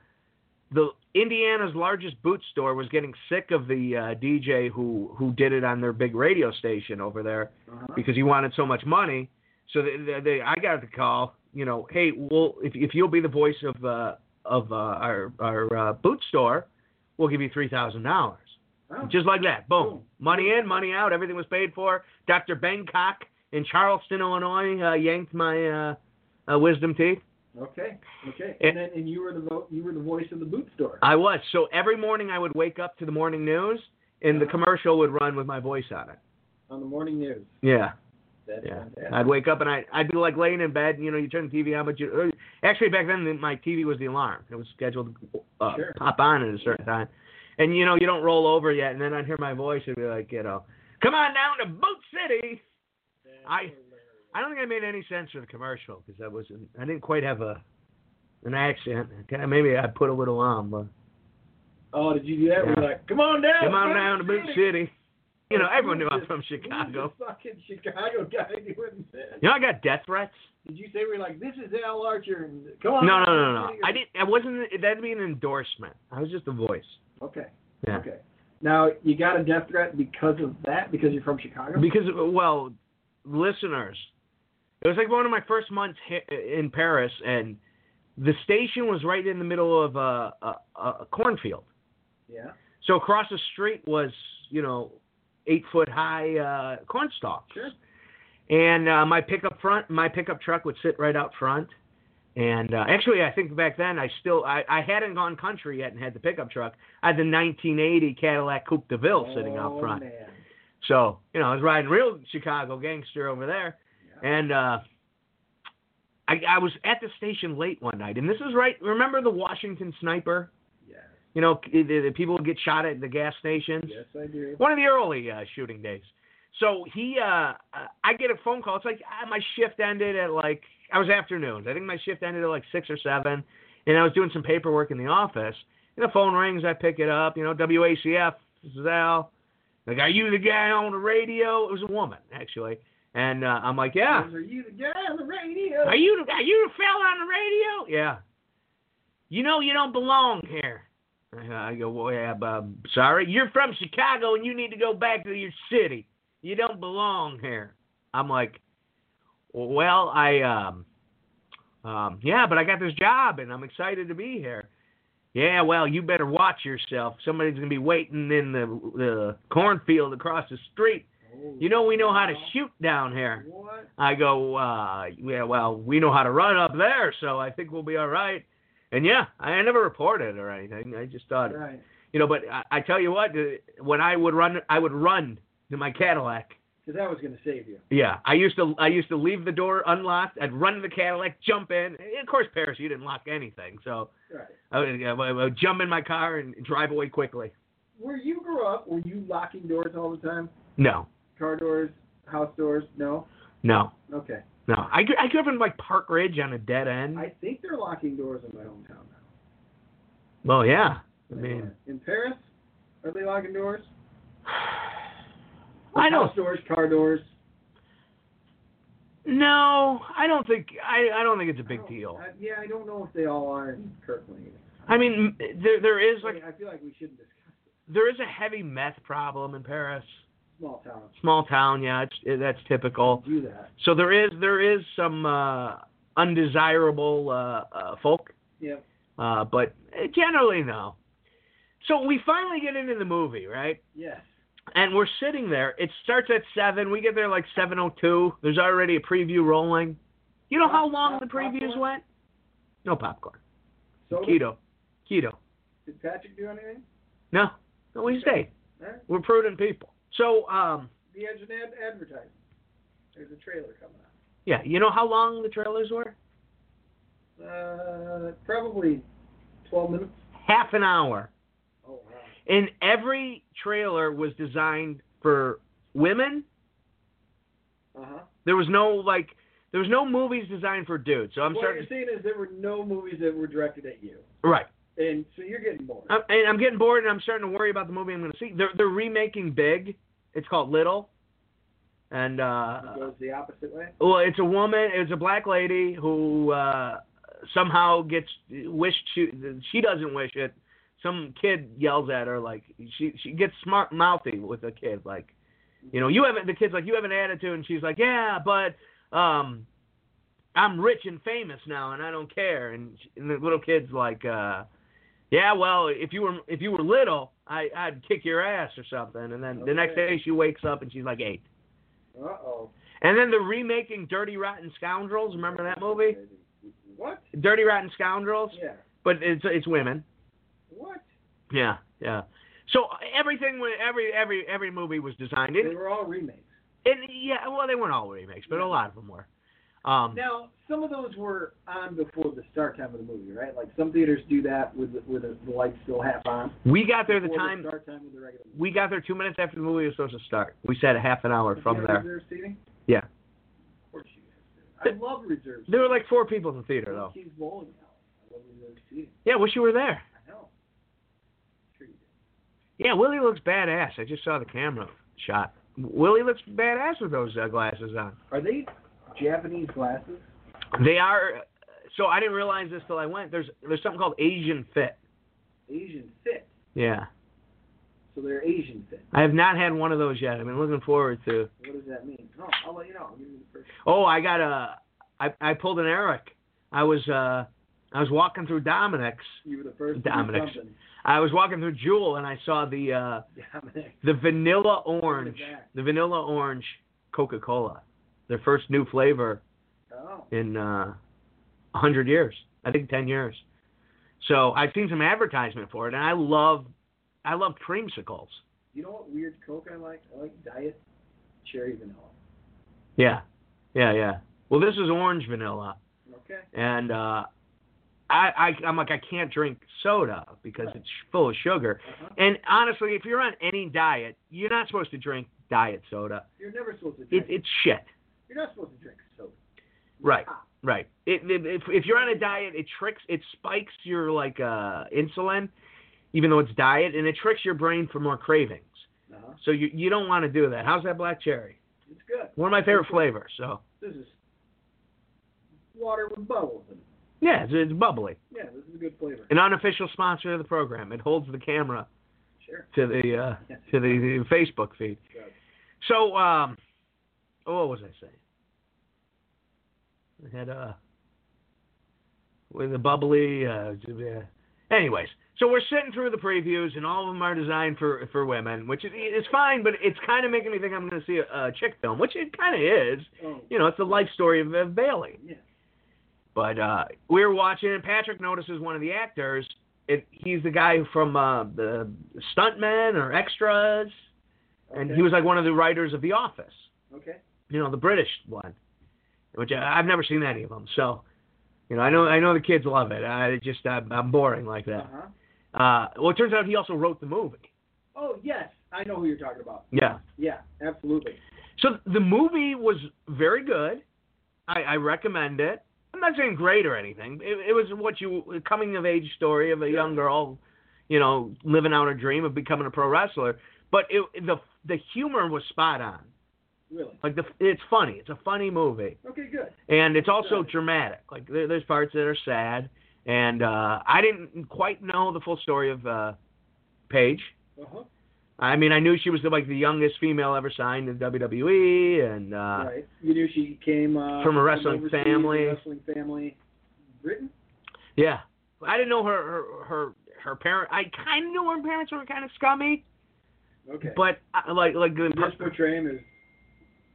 B: the Indiana's largest boot store was getting sick of the uh, DJ who who did it on their big radio station over there
C: Uh-huh.
B: because he wanted so much money. So they, they, they, I got the call, you know, hey, well, if, if you'll be the voice of uh, of uh, our our uh, boot store, we'll give you three thousand dollars,
C: Oh.
B: just like that. Boom,
C: Cool.
B: money in, money out. Everything was paid for. Dr. Bangkok in Charleston, Illinois, uh, yanked my uh, uh, wisdom teeth.
C: Okay. Okay.
B: Yeah.
C: And then and you were the vo- you were the voice of the boot store.
B: I was so every morning I would wake up to the morning news, and the
C: Uh-huh.
B: commercial would run with my voice on it.
C: on the morning news.
B: Yeah.
C: That's
B: Yeah,
C: fantastic.
B: I'd wake up and I I'd be like laying in bed, and, you know, you turn the TV on, but you or- actually back then the- my TV was the alarm. It was scheduled to uh,
C: Sure.
B: pop on at a certain time, and you know you don't roll over yet, and then I'd hear my voice and be like, you know, come on down to Boot City. I I don't think I made any sense for the commercial because I wasn't I didn't quite have a an accent. Okay, Maybe I put a little on, but
C: Oh, did you do that?
B: Yeah.
C: We're like, come on down.
B: come on
C: Boot
B: down to Boot
C: City."
B: City. You know,
C: Like,
B: everyone
C: who
B: knew
C: is
B: I'm
C: this-
B: from
C: who is this
B: Chicago.
C: Fucking Chicago guy doing this.
B: You know, I got death threats.
C: Did you say we're like, this is Al Archer? And, come
B: No,
C: on.
B: no,
C: down
B: no,
C: to
B: no.
C: Boot
B: I
C: City."
B: didn't. I wasn't. That'd be an endorsement. I was just a voice.
C: Okay.
B: Yeah.
C: Okay. Now you got a death threat because of that because you're from Chicago.
B: Because well, listeners, it was like one of my first months hi- in Paris, and the station was right in the middle of a, a, a cornfield.
C: yeah.
B: So across the street was you know eight foot high uh, corn stalks.
C: Sure.
B: And uh, my pickup front, my pickup truck would sit right out front. And uh, actually, I think back then I still I, I hadn't gone country yet and had the pickup truck. I had the 1980 Cadillac Coupe de Ville sitting out
C: Oh,
B: front.
C: man.
B: So, you know, I was riding real Chicago gangster over there. And uh I I was at the station late one night and this is right remember the Washington sniper?
C: Yes.
B: You know, the, the people would get shot at the gas stations.
C: Yes, I do.
B: One of the early uh, shooting days. So he, uh, I get a phone call. It's like ah, my shift ended at like I was afternoons. I think my shift ended at like six or seven, and I was doing some paperwork in the office. And the phone rings. I pick it up. You know, WACF. This is Al. Like, are you the guy on the radio? It was a woman actually, and uh, I'm like, yeah.
C: Are you the guy on the radio?
B: Are you the- are you the fella on the radio? Yeah. You know you don't belong here. I go, well, yeah, Bob, sorry. You're from Chicago and you need to go back to your city. You don't belong here. I'm like, well, I um, um, yeah, but I got this job and I'm excited to be here. Yeah, well, you better watch yourself. Somebody's gonna be waiting in the the cornfield across the street. You know we know how to shoot down here.
C: What?
B: I go, uh, yeah, well, we know how to run up there, so I think we'll be all right. And yeah, I I never reported or anything. I just thought,
C: Right.
B: you know, but I, I tell you what, uh, when I would run, I would run to my Cadillac.
C: Because that was going to save you.
B: Yeah, I used to, I used to leave the door unlocked. I'd run to the Cadillac, jump in. And of course, Paris, you didn't lock anything, so
C: Right.
B: I would, I would- I would jump in my car and drive away quickly.
C: Where you grew up, were you locking doors all the time?
B: No,
C: Car doors, house doors? No.
B: no,
C: Okay.
B: no. I, gr- I grew up in like Park Ridge on a dead end.
C: I think they're locking doors in my hometown now.
B: well, yeah, I mean,
C: in Paris, are they locking doors?
B: I don't
C: House doors, car doors.
B: No, I don't think I, I don't think it's a
C: I
B: big
C: don't-
B: deal.
C: I, yeah, I don't know if they all are in Kirkland. either.
B: I mean, m- there there is
C: I,
B: like
C: mean, I feel like we shouldn't discuss it.
B: there is a heavy meth problem in Paris.
C: Small towns
B: Small town, yeah, it's, it, that's typical.
C: do that.
B: So there is there is some uh, undesirable uh, uh, folk,
C: Yeah.
B: uh, but generally no. So we finally get into the movie, right?
C: Yes.
B: And we're sitting there. It starts at seven. We get there like seven o two. There's already a preview rolling. You know how
C: Pop-
B: long
C: pop-
B: the previews
C: popcorn?
B: went? No popcorn.
C: So
B: Keto. Keto.
C: did Patrick do anything?
B: No, no, we stayed.
C: All right.
B: We're prudent people. So, um,
C: The engine ad- advertising. There's a trailer coming up.
B: yeah, you know how long the trailers were?
C: Uh, probably 12 minutes.
B: Half an hour.
C: Oh wow.
B: And every trailer was designed for women.
C: Uh huh.
B: There was no like, there was no movies designed for dudes. So I'm
C: what
B: starting.
C: you're saying is there were no movies that were directed at you.
B: Right.
C: And so you're getting bored.
B: I'm, and I'm getting bored, and I'm starting to worry about the movie I'm going to see. They're they're remaking Big. It's called Little, and uh,
C: it goes the opposite way.
B: well, it's a woman. It's a black lady who uh, somehow gets wished she she doesn't wish it. Some kid yells at her like she she gets smart mouthy with a kid like, you know, you haven't the kid's like you have an attitude, and she's like, yeah, but um, I'm rich and famous now, and I don't care. And, she- and the little kid's like, uh, yeah, well, if you were if you were little, I I'd kick your ass or something. And then the next
C: Okay.
B: day she wakes up and she's like eight.
C: Uh oh.
B: And then they're remaking Dirty Rotten Scoundrels. Remember that movie?
C: What?
B: Dirty Rotten Scoundrels,
C: Yeah.
B: but it's it's women.
C: What?
B: Yeah, yeah. So everything, wa- every every every movie was designed
C: They
B: in,
C: were all remakes.
B: and yeah, well, they weren't all remakes, but a lot of them were. Um,
C: Now, some of those were on before the start time of the movie, right? Like some theaters do that with the, with the, the lights still half on.
B: we got there the
C: before
B: time
C: start time of the regular. movie.
B: we got there two minutes after the movie was supposed to start. We sat a half an hour
C: Did
B: from
C: you have
B: there.
C: reserved seating?
B: Yeah.
C: Of course you guys did. I love reserved.
B: There were like four people in the theater
C: seating.
B: though.
C: King's Bowling Alley. I love reserved seating.
B: Yeah, wish you were there.
C: I know. Sure you did.
B: Yeah, Willie looks badass. I just saw the camera shot. Willie looks badass with those uh, glasses on.
C: Are they Japanese glasses?
B: They are. So I didn't realize this till I went. There's there's something called Asian Fit.
C: Asian fit.
B: Yeah,
C: So they're Asian fit.
B: I have not had one of those yet. I've been looking forward to.
C: What does that mean? No, I'll let you know. I'll give you the first.
B: Oh, I got a. I I pulled an Eric. I was uh I was walking through Dominic's.
C: You were the first.
B: Dominic's.
C: To do something.
B: I was walking through Jewel and I saw the uh
C: Dominic.
B: the vanilla orange,
C: that.
B: the vanilla orange Coca Cola, their first new flavor
C: Oh.
B: in uh, 100 years. I think 10 years. So I've seen some advertisement for it, and I love, I love creamsicles.
C: You know what weird Coke I like? I like diet cherry vanilla.
B: Yeah, yeah, yeah. Well, this is orange vanilla,
C: Okay.
B: and uh, I, I, I'm like, I can't drink soda because it's full of sugar.
C: Uh-huh.
B: And honestly, if you're on any diet, you're not supposed to drink diet soda.
C: You're never supposed to
B: It,
C: drink.
B: it's shit.
C: You're not supposed to drink soda.
B: Right.
C: Ah,
B: Right. It, it, if if you're on a diet, it tricks it spikes your like uh insulin, even though it's diet, and it tricks your brain for more cravings.
C: Uh-huh.
B: So you you don't want to do that. How's that black cherry?
C: It's good.
B: One of my favorite flavors. So
C: This is water with bubbles in it.
B: yeah, it's, it's bubbly.
C: Yeah, this is a good flavor.
B: An unofficial sponsor of the program. It holds the camera
C: Sure.
B: to the uh, to the, the Facebook feed. So um, oh, what was I saying? I had uh, with the bubbly. Uh, yeah. Anyways, so we're sitting through the previews, and all of them are designed for for women, which is it's fine, but it's kind of making me think I'm going to see a, a chick film, which it kind of is.
C: Oh,
B: You know, it's the life story of, of Bailey.
C: yeah.
B: But uh, we were watching, and Patrick notices one of the actors. It, he's the guy from uh, the stuntmen or extras, and
C: Okay.
B: he was like one of the writers of The Office
C: Okay.
B: you know, the British one, which I, I've never seen any of them. So, you know, I know I know the kids love it. I just I'm, I'm boring like that.
C: Uh-huh.
B: Uh, well, it turns out he also wrote the movie.
C: Oh, yes. I know who you're talking about.
B: Yeah.
C: Yeah, absolutely.
B: So the movie was very good. I, I recommend it. I'm not saying great or anything. It, it was what you a coming of age story of a young girl, you know, living out her dream of becoming a pro wrestler. But it, the the humor was spot on.
C: Really.
B: Like the it's funny. It's a funny movie.
C: Okay, good.
B: and it's also
C: Right.
B: dramatic. Like there, there's parts that are sad, and uh, I didn't quite know the full story of uh, Paige.
C: Uh-huh.
B: I mean, I knew she was the, like the youngest female ever signed in WWE, and uh,
C: right. You knew she came uh,
B: From a wrestling
C: overseas,
B: family.
C: a Wrestling family. Britain?
B: yeah, I didn't know her her her, her parent. I kind of knew her parents were kind of scummy,
C: Okay.
B: but uh, like like the
C: Does this portray him as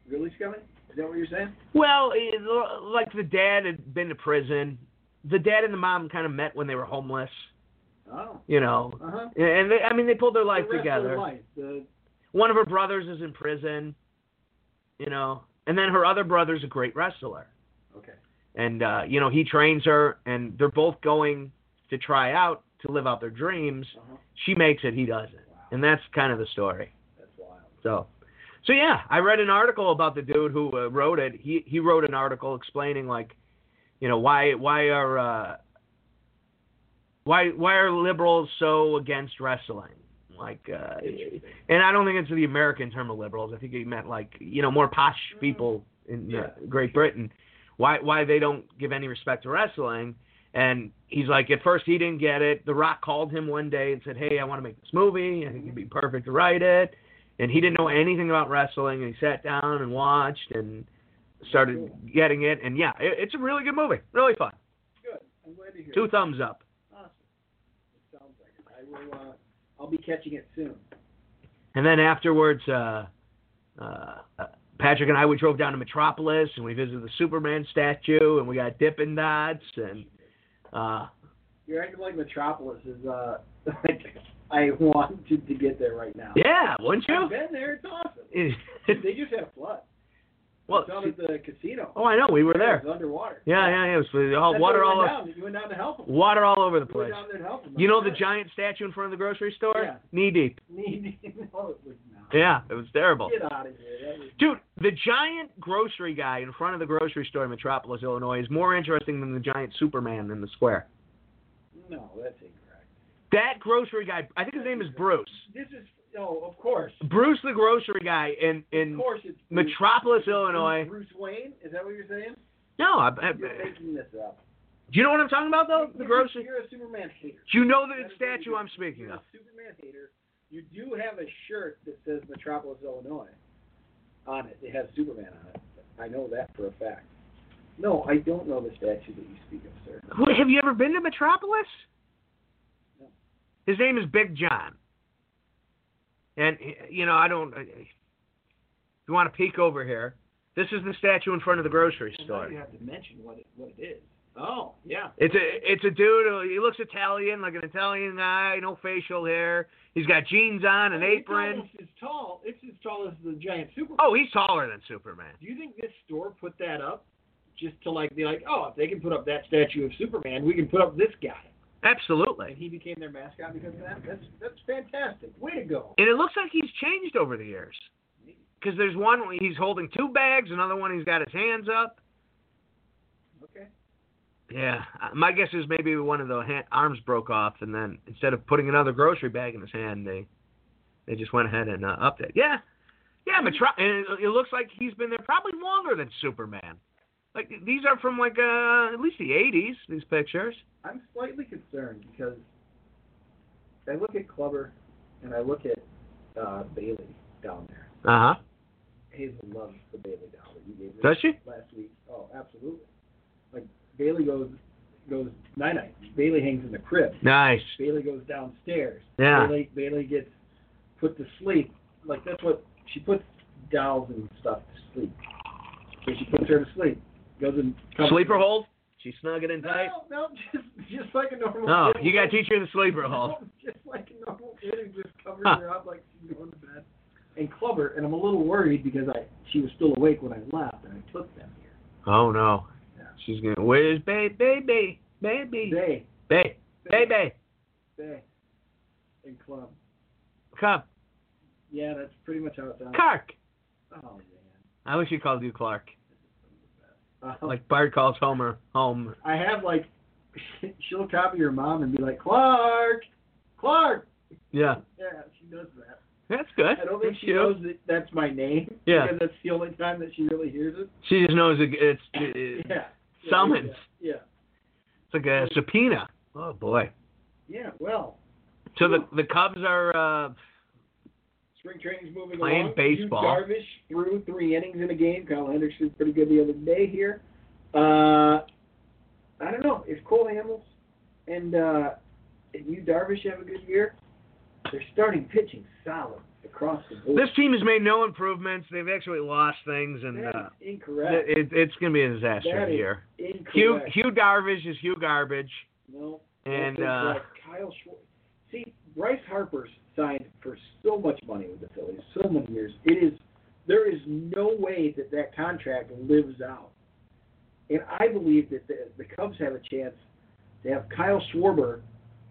C: really scummy? Is that what you're saying?
B: well, it, like the dad had been to prison. The dad and the mom kind of met when they were homeless,
C: Oh.
B: you know,
C: Uh huh.
B: and they, I mean they pulled their life
C: the rest
B: together.
C: Of the life, the,
B: one of her brothers is in prison, you know, and then her other brother's a great wrestler,
C: okay.
B: and uh, you know he trains her, and they're both going to try out to live out their dreams.
C: Uh huh.
B: She makes it, he doesn't, and that's kind of the story.
C: That's wild.
B: So, so yeah, I read an article about the dude who uh, wrote it. He he wrote an article explaining like, you know, why why are uh, Why why are liberals so against wrestling? Like, uh, and I don't think it's the American term of liberals. I think he meant like you know more posh people in uh, Great Britain. Why why they don't give any respect to wrestling? And he's like, at first he didn't get it. The Rock called him one day and said, "Hey, I want to make this movie. I think you'd be perfect to write it." And he didn't know anything about wrestling, and he sat down and watched and started getting it. And yeah, it, it's a really good movie, really fun.
C: Good. I'm glad to hear.
B: Two
C: it.
B: thumbs up.
C: Awesome. It sounds like it. I will. Uh, I'll be catching it soon.
B: And then afterwards, uh, uh, Patrick and I we drove down to Metropolis and we visited the Superman statue and we got Dippin' Dots and uh,
C: You're acting like Metropolis is uh like I wanted to get there right now.
B: yeah, wouldn't
C: I've
B: you?
C: been there. It's awesome. they just had a flood.
B: well,
C: it's down at the casino.
B: oh, I know we were
C: It
B: there.
C: was underwater.
B: Yeah, yeah, yeah. It was all
C: That's
B: water
C: why
B: all
C: we went
B: over,
C: down. You went down to help them.
B: water all over the
C: You went
B: place.
C: down there to help them.
B: You know the giant statue in front of the grocery store?
C: Yeah.
B: Knee deep.
C: giant. no, it was not.
B: Yeah, it was terrible.
C: Get out of here. That was
B: Dude, the giant grocery guy in front of the grocery store in Metropolis, Illinois, is more interesting than the giant Superman in the square.
C: no. That's incorrect.
B: That grocery guy, I think his name is Bruce.
C: This is no. Of course.
B: Bruce the grocery guy in
C: of
B: in
C: course it's Bruce-
B: Metropolis, Illinois.
C: Bruce Wayne. Is that what you're saying?
B: No, I, I, do
C: You're making this up.
B: you know what I'm talking about though? The
C: You're-
B: grocery.
C: You're a Superman hater.
B: Do you know the
C: That is what
B: statue
C: you-
B: I'm speaking
C: you're
B: of?
C: a Superman hater. You do have a shirt that says Metropolis, Illinois on it. It has Superman on it. I know that for a fact. No, I don't know the statue that you speak of, sir.
B: Who- Have you ever been to Metropolis?
C: No.
B: His name is Big John. And you know, I don't. If you want to peek over here, this is the statue in front of the grocery
F: Well, now
B: store.
F: you have to mention what it, what it is. Oh, yeah.
B: It's a it's a dude. who- He looks Italian, like an Italian guy. No facial hair. He's got jeans on, an
F: It's
B: apron.
F: almost as tall. It's as tall as the giant Superman.
B: Oh, he's taller than Superman.
F: Do you think this store put that up just to like be like, oh, if they can put up that statue of Superman, we can put up this guy,
B: Absolutely.
F: and he became their mascot because of that. That's that's fantastic. Way to go.
B: And it looks like he's changed over the years. Because there's one where he's holding two bags, another one he's got his hands up.
C: Okay.
B: Yeah, uh, my guess is maybe one of the hand, arms broke off, and then instead of putting another grocery bag in his hand, they they just went ahead and uh, upped it. Yeah, yeah, Metro- and it, it looks like he's been there probably longer than Superman. Like these are from like uh, at least the 80s. These pictures.
C: I'm slightly concerned because I look at Clubber and I look at uh, Bailey down there.
B: Uh huh.
C: Hazel loves the Bailey doll that you gave her
B: Does she?
C: last week. Oh, absolutely. Like Bailey goes goes night night. Bailey hangs in the crib.
B: Nice.
C: Bailey goes downstairs.
B: Yeah.
C: Bailey Bailey gets put to sleep. Like that's what she puts dolls and stuff to sleep. So she puts her to sleep. Goes and comes
B: Sleeper hold. She's snugging in
C: No,
B: tight.
C: no, just just like a normal.
B: Oh,
C: kid
B: you got to
C: would.
B: teach her the sleeper hold.
C: No, Just like a normal kid who just covers
B: Huh.
C: her up like she's going to bed. And Clubber, and I'm a little worried because I she was still awake when I left and I took them here.
B: Oh no.
C: Yeah.
B: She's gonna. Where's baby, baby, baby,
C: Bay,
B: baby,
C: Bay,
B: baby?
C: Bay, and Club.
B: Come,
C: Yeah, that's pretty much how it sounds.
B: Clark.
C: Oh
B: I wish he called you Clark,
C: man. Uh,
B: like Bart calls Homer home.
C: I have like, she'll copy her mom and be like Clark, Clark.
B: Yeah,
C: Yeah, she does that.
B: that's good.
C: I don't think
B: That's
C: she
B: cute.
C: knows that that's my name.
B: Yeah.
C: Because that's the only time that she really hears it.
B: She just knows it, it's it,
C: Yeah.
B: summons.
C: Yeah.
B: It's like a subpoena. Oh boy.
C: Yeah. Well,
B: So the the Cubs are. Uh,
C: spring training's moving
B: Playing
C: along.
B: baseball.
C: Yu Darvish threw three innings in a game. Kyle Hendrickson's pretty good the other day here. Uh, I don't know. If Cole Hamels and uh, and Yu Darvish have a good year, they're starting pitching solid across the board.
B: this team has made no improvements. They've actually lost things, and
C: That
B: uh,
C: is incorrect.
B: it, it's going to be a disaster
C: That is
B: here. Hugh
C: incorrect.
B: Hugh Darvish is Hugh Garbage,
C: no.
B: and
C: that's
B: uh,
C: incorrect. Kyle Schwarber. See, Bryce Harper signed for so much money with the Phillies, so many years. It is there is no way that that contract lives out. And I believe that the, the Cubs have a chance to have Kyle Schwarber,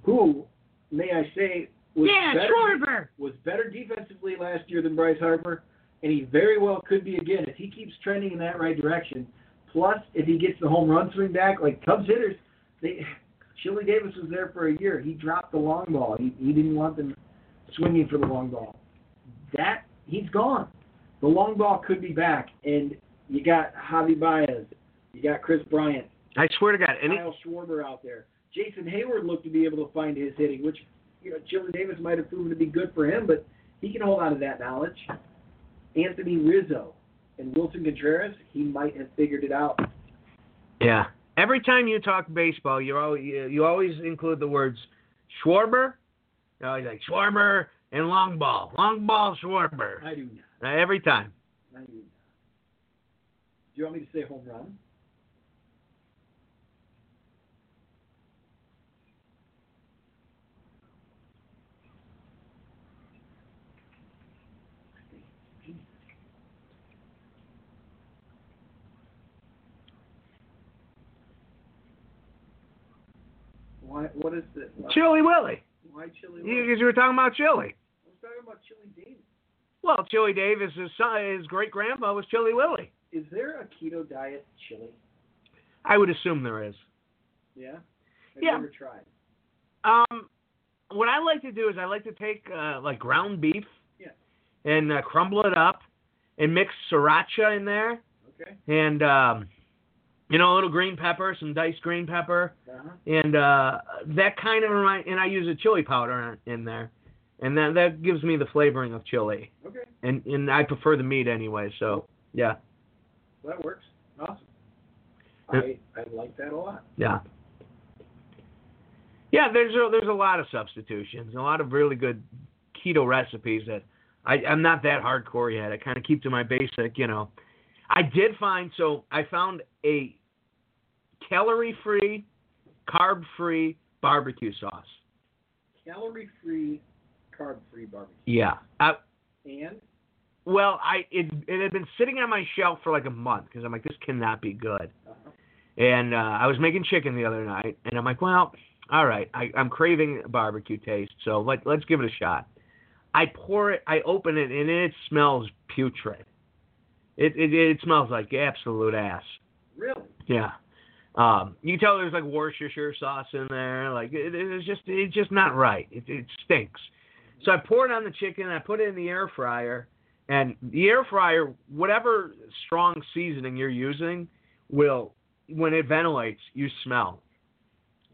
C: who, may I say, was better, was better defensively last year than Bryce Harper, and he very well could be again if he keeps trending in that right direction. Plus, if he gets the home run swing back, like Cubs hitters, they
G: Chili Davis was there for a year. He dropped the long ball. He, he didn't want them swinging for the long ball. That he's gone. The long ball could be back, and you got Javi Baez, you got Chris Bryant,
B: I swear to God, any
C: Kyle Schwarber out there. Jason Hayward looked to be able to find his hitting, which you know Chili Davis might have proven to be good for him, but he can hold on to that knowledge. Anthony Rizzo and Wilson Contreras, he might have figured it out.
B: yeah. Every time you talk baseball, you always you always include the words Schwarber. You always like Schwarber and long ball, long ball Schwarber
C: I do
B: Uh, every time.
C: not. I do not. Do you want me to say home run? Why? What is the? Why,
B: Chili Willy,
C: why Chili?
B: because you, were talking about Chili.
C: I was talking about Chili Davis.
B: Well, Chili Davis, his son, his great grandpa was Chili Willy.
C: Is there a keto diet chili?
B: I would assume there is.
C: Yeah. I've
B: Yeah.
C: never tried.
B: Um, what I like to do is I like to take uh, like ground beef,
C: Yeah.
B: and uh, crumble it up, and mix sriracha in there,
C: Okay.
B: and um, you know a little green pepper, some diced green pepper,
C: Uh-huh.
B: and uh, that kind of remind. And I use a chili powder in there, and that that gives me the flavoring of chili,
C: Okay.
B: and and I prefer the meat anyway. So yeah,
C: Well, that works. Awesome.
B: Yeah.
C: I, I like that a lot.
B: yeah. Yeah, there's a, there's a lot of substitutions, a lot of really good keto recipes that I, I'm not that hardcore yet. I kind of keep to my basic, you know. I did find so I found a calorie free, carb free barbecue sauce.
C: Calorie free, carb free barbecue.
B: Yeah. I,
C: And
B: well, I it it had been sitting on my shelf for like a month because I'm like this cannot be good.
C: uh-huh.
B: And uh, I was making chicken the other night, and I'm like, well, all right, I, I'm craving barbecue taste, so let, let's give it a shot. I pour it, I open it, and it smells putrid. It it, it smells like absolute ass.
C: really,
B: Yeah. Um, you can tell there's like Worcestershire sauce in there. Like it, it- it's just it's just not right. It, it stinks. So I pour it on the chicken. I put it in the air fryer, and the air fryer, whatever strong seasoning you're using, will when it ventilates, you smell.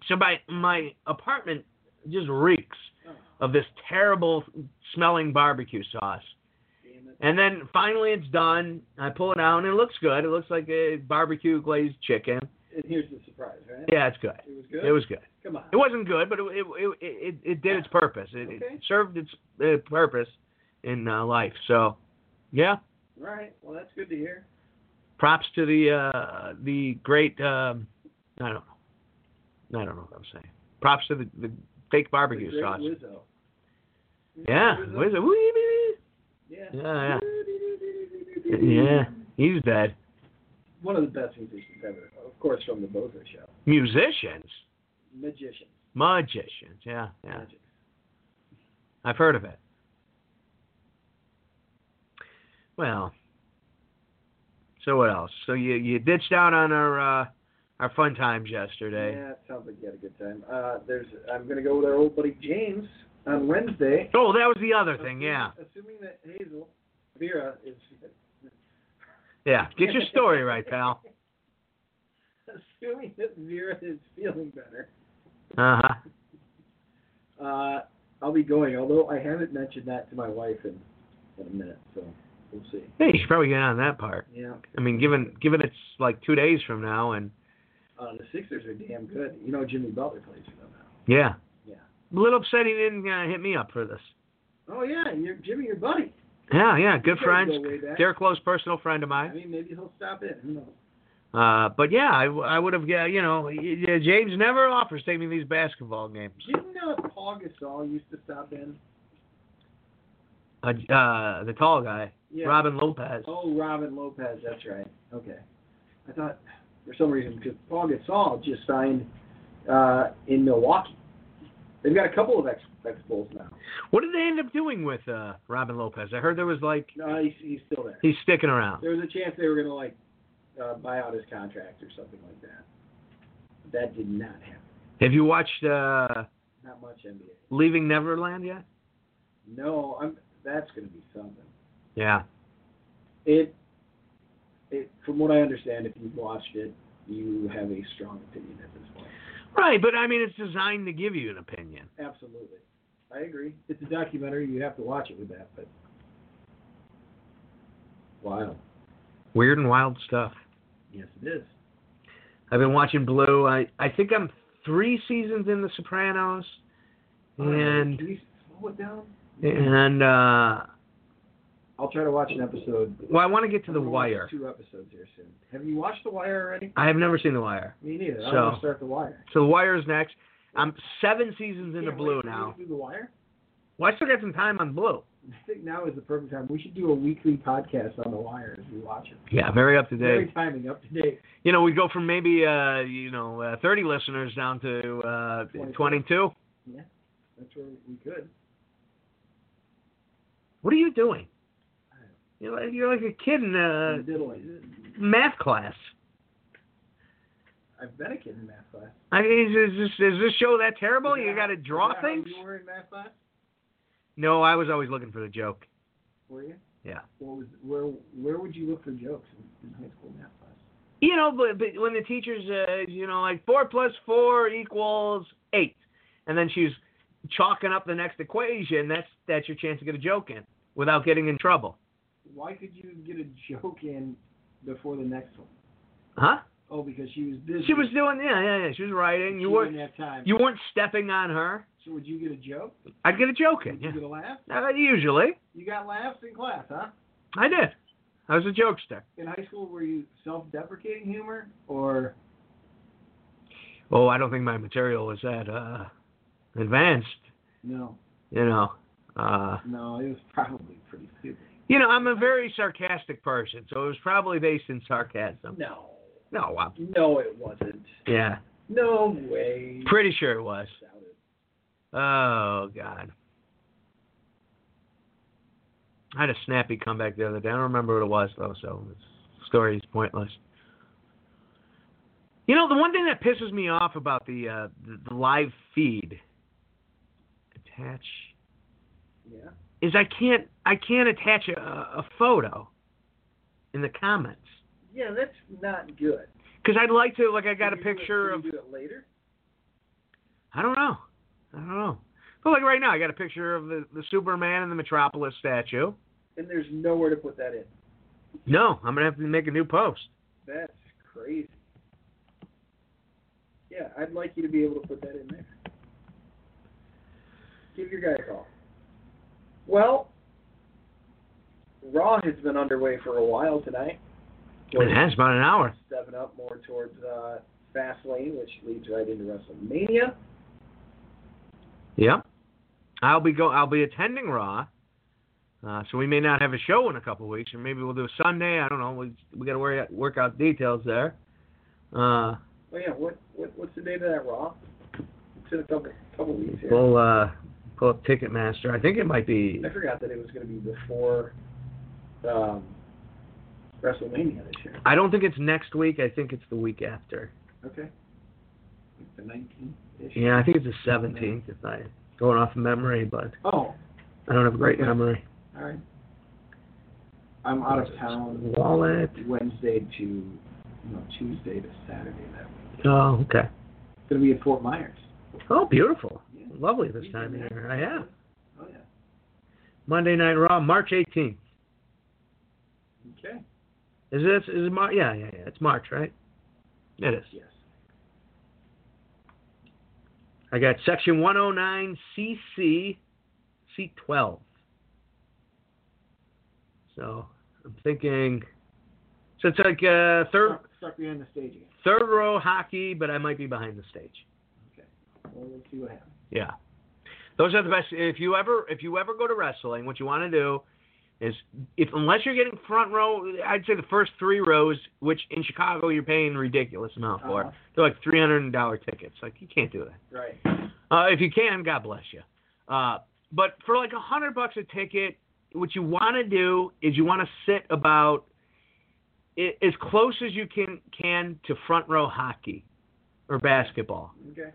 B: So my my apartment just reeks of this terrible smelling barbecue sauce.
C: damn it.
B: And then finally it's done. I pull it out and it looks good. It looks like a barbecue glazed chicken.
C: And here's the surprise, right?
B: Yeah, it's good.
C: It was good.
B: It was good.
C: Come on.
B: It wasn't good, but it it it, it, it did its purpose. It, it
C: Okay.
B: served its uh, purpose in uh, life. So, yeah,
C: All right. Well, that's good to hear.
B: props to the uh, the great. Um, I don't know. I don't know what I'm saying. Props to the, the fake
C: The
B: barbecue
C: great
B: sauce.
C: Lizzo.
B: Yeah,
C: Lizzo.
B: Wizzo. Wee, wee,
C: Yeah.
B: wee. Yeah, yeah, yeah. He's dead.
C: One of the best musicians ever, of course, from the Bozo Show.
B: Musicians,
C: Magician.
B: magicians. Yeah, yeah.
C: Magic.
B: I've heard of it. Well, so what else? So you you ditched out on our uh, our fun times yesterday.
C: Yeah, it sounds like you had a good time. Uh, there's, I'm gonna go with our old buddy James on Wednesday.
B: Oh, that was the other thing. Yeah,
C: Assuming that Hazel Vera is
B: yeah. Get your story right, pal.
C: assuming that Vera is feeling better.
B: Uh huh.
C: Uh, I'll be going, although I haven't mentioned that to my wife in, in a minute, so we'll see.
B: Hey, you should probably get on that part.
C: Yeah,
B: I mean, given given it's like two days from now, and
C: uh, the Sixers are damn good. You know Jimmy Butler plays for them now.
B: yeah,
C: Yeah.
B: A little upset he didn't uh, hit me up for this.
C: Oh yeah, and you're Jimmy, your buddy.
B: Yeah, yeah. Good
C: guys
B: friends.
C: go way back.
B: They're a close personal friend of mine.
C: I mean, maybe he'll stop in. Who knows?
B: Uh, but yeah, I, I would have, yeah, you know, y- y- James never offers to take me to these basketball games.
C: Didn't uh, Paul Gasol used to stop in?
B: Uh, uh, the tall guy,
C: Yeah.
B: Robin Lopez.
C: Oh, Robin Lopez. That's right. Okay. I thought for some reason because Paul Gasol just signed uh, in Milwaukee. They've got a couple of ex ex Bulls now.
B: What did they end up doing with uh, Robin Lopez? I heard there was like
C: No, he's, he's still there.
B: he's sticking around.
C: There was a chance they were gonna like uh, buy out his contract or something like that. But that did not happen.
B: Have you watched uh,
D: Not much NBA.
B: Leaving Neverland yet?
D: No, I'm. That's going to be something.
B: Yeah.
D: It, it. From what I understand, if you've watched it, you have a strong opinion at this point.
B: Right, but I mean, it's designed to give you an opinion.
D: Absolutely, I agree.
C: It's a documentary. You have to watch it with that. But
D: Wow.
B: Weird and wild stuff.
C: yes, it is.
B: I've been watching Blue. I I think I'm three seasons in The Sopranos, and
D: Can you slow it down?
B: and uh,
C: I'll try to watch an episode.
B: well, I want to get to The
C: I'm gonna watch
B: Wire.
C: Two episodes here soon. Have you watched The Wire already?
B: I have never seen The Wire,
C: Me neither. I'm
B: So-
C: gonna start The Wire.
B: so The Wire is next. I'm seven seasons into
C: Can't
B: Blue
C: wait for you
B: now.
C: to Do The Wire.
B: Well, I still got some time on Blue.
C: I think now is the perfect time. We should do a weekly podcast on The Wire as we watch it.
B: Yeah, very up to
C: Very
B: date.
C: timing, up to date.
B: You know, we go from maybe uh, you know uh, 30 listeners down to uh,
C: 22.
B: 22.
C: That's where we could.
B: What are you doing? You're like, you're like a kid in
C: I'm
B: uh,
C: diddling.
B: math class.
C: I've been a kid in math class.
B: I mean, is, is this is this show that terrible?
C: Is
B: You
C: that-
B: got to draw
C: is that how
B: things?
C: You were in math class.
B: No, I was always looking for the joke.
C: Were you?
B: Yeah.
C: What was where? Where would you look for jokes in, in high school math class?
B: You know, but, but when the teacher says, you know, like four plus four equals eight, and then she's chalking up the next equation, that's that's your chance to get a joke in without getting in trouble,
C: Why could you get a joke in before the next one?
B: huh?
C: Oh, because she was busy.
B: She was doing, yeah, yeah, yeah. She was writing.
C: She
B: You weren't
C: didn't have time.
B: you weren't stepping on her.
C: so would you get a joke?
B: I'd get a joke in.
C: Did you
B: Yeah,
C: get a laugh?
B: uh, usually
C: You got laughs in class, huh?
B: I did. I was a jokester.
C: In high school, were you self-deprecating humor or?
B: Oh, I don't think my material was that uh, advanced.
C: No,
B: You know. Uh,
C: no, it was probably pretty stupid.
B: You know, I'm a very sarcastic person, so it was probably based in sarcasm.
D: No.
B: No, wow.
D: No, it wasn't.
B: Yeah,
D: No way.
B: pretty sure it was.
D: Doubt it.
B: Oh God. I had a snappy comeback the other day. I don't remember what it was though, so the story is pointless. You know, the one thing that pisses me off about the uh, the, the live feed attach
D: Yeah.
B: is I can't I can't attach a, a photo in the comments
D: Yeah, that's not good.
B: because I'd like to like I got a
D: Can you do it-
B: picture
D: can
B: of
D: you do it later.
B: I don't know. I don't know. But like right now, I got a picture of the, the Superman and the Metropolis statue.
D: And there's nowhere to put that in.
B: No, I'm gonna have to make a new post.
D: That's crazy. Yeah, I'd like you to be able to put that in there. Give your guy a call. Well, Raw has been underway for a while tonight.
B: It has about an hour.
D: Stepping up more towards uh, Fastlane, which leads right into WrestleMania.
B: Yep. I'll be go. I'll be attending Raw. Uh, so we may not have a show in a couple weeks, or maybe we'll do a Sunday. I don't know. We we got to worry work out details there. Uh,
D: Oh yeah, what, what what's the date of that Raw? It's in a couple couple weeks here.
B: we'll uh, pull up Ticketmaster. I think it might be.
D: I forgot that it was going to be before um, WrestleMania this year.
B: I don't think it's next week. I think it's the week after.
D: Okay. Like the 19th ish.
B: Yeah, I think it's the 17th. If I going off memory, but
C: Oh,
B: I don't have great
C: Okay.
B: memory.
C: all right. I'm out of town
B: Wallet.
C: Wednesday to you know, Tuesday to Saturday. That week.
B: Oh, okay.
C: It's gonna be in Fort Myers.
B: Oh, beautiful.
C: Yeah.
B: Lovely this time of year. I have.
C: Oh yeah.
B: Monday Night Raw, March 18th.
C: Okay.
B: Is this is it March? Yeah, yeah, yeah. It's March, right? It is.
C: Yes.
B: I got section 109cc C12. So I'm thinking. So it's like uh, third
C: Stuck, stuck behind the stage again.
B: third row hockey, but I might be behind the stage.
C: Well, we'll see what happens.
B: Yeah. Those are the best. If you ever if you ever go to wrestling, what you want to do is if unless you're getting front row, I'd say the first three rows, which in Chicago you're paying ridiculous amount for.
C: Uh-huh.
B: They're like three hundred dollar tickets. Like you can't do that.
D: Right.
B: Uh, if you can, God bless you. Uh, but for like a hundred bucks a ticket, what you want to do is you want to sit about i as close as you can can to front row hockey or basketball.
D: Okay.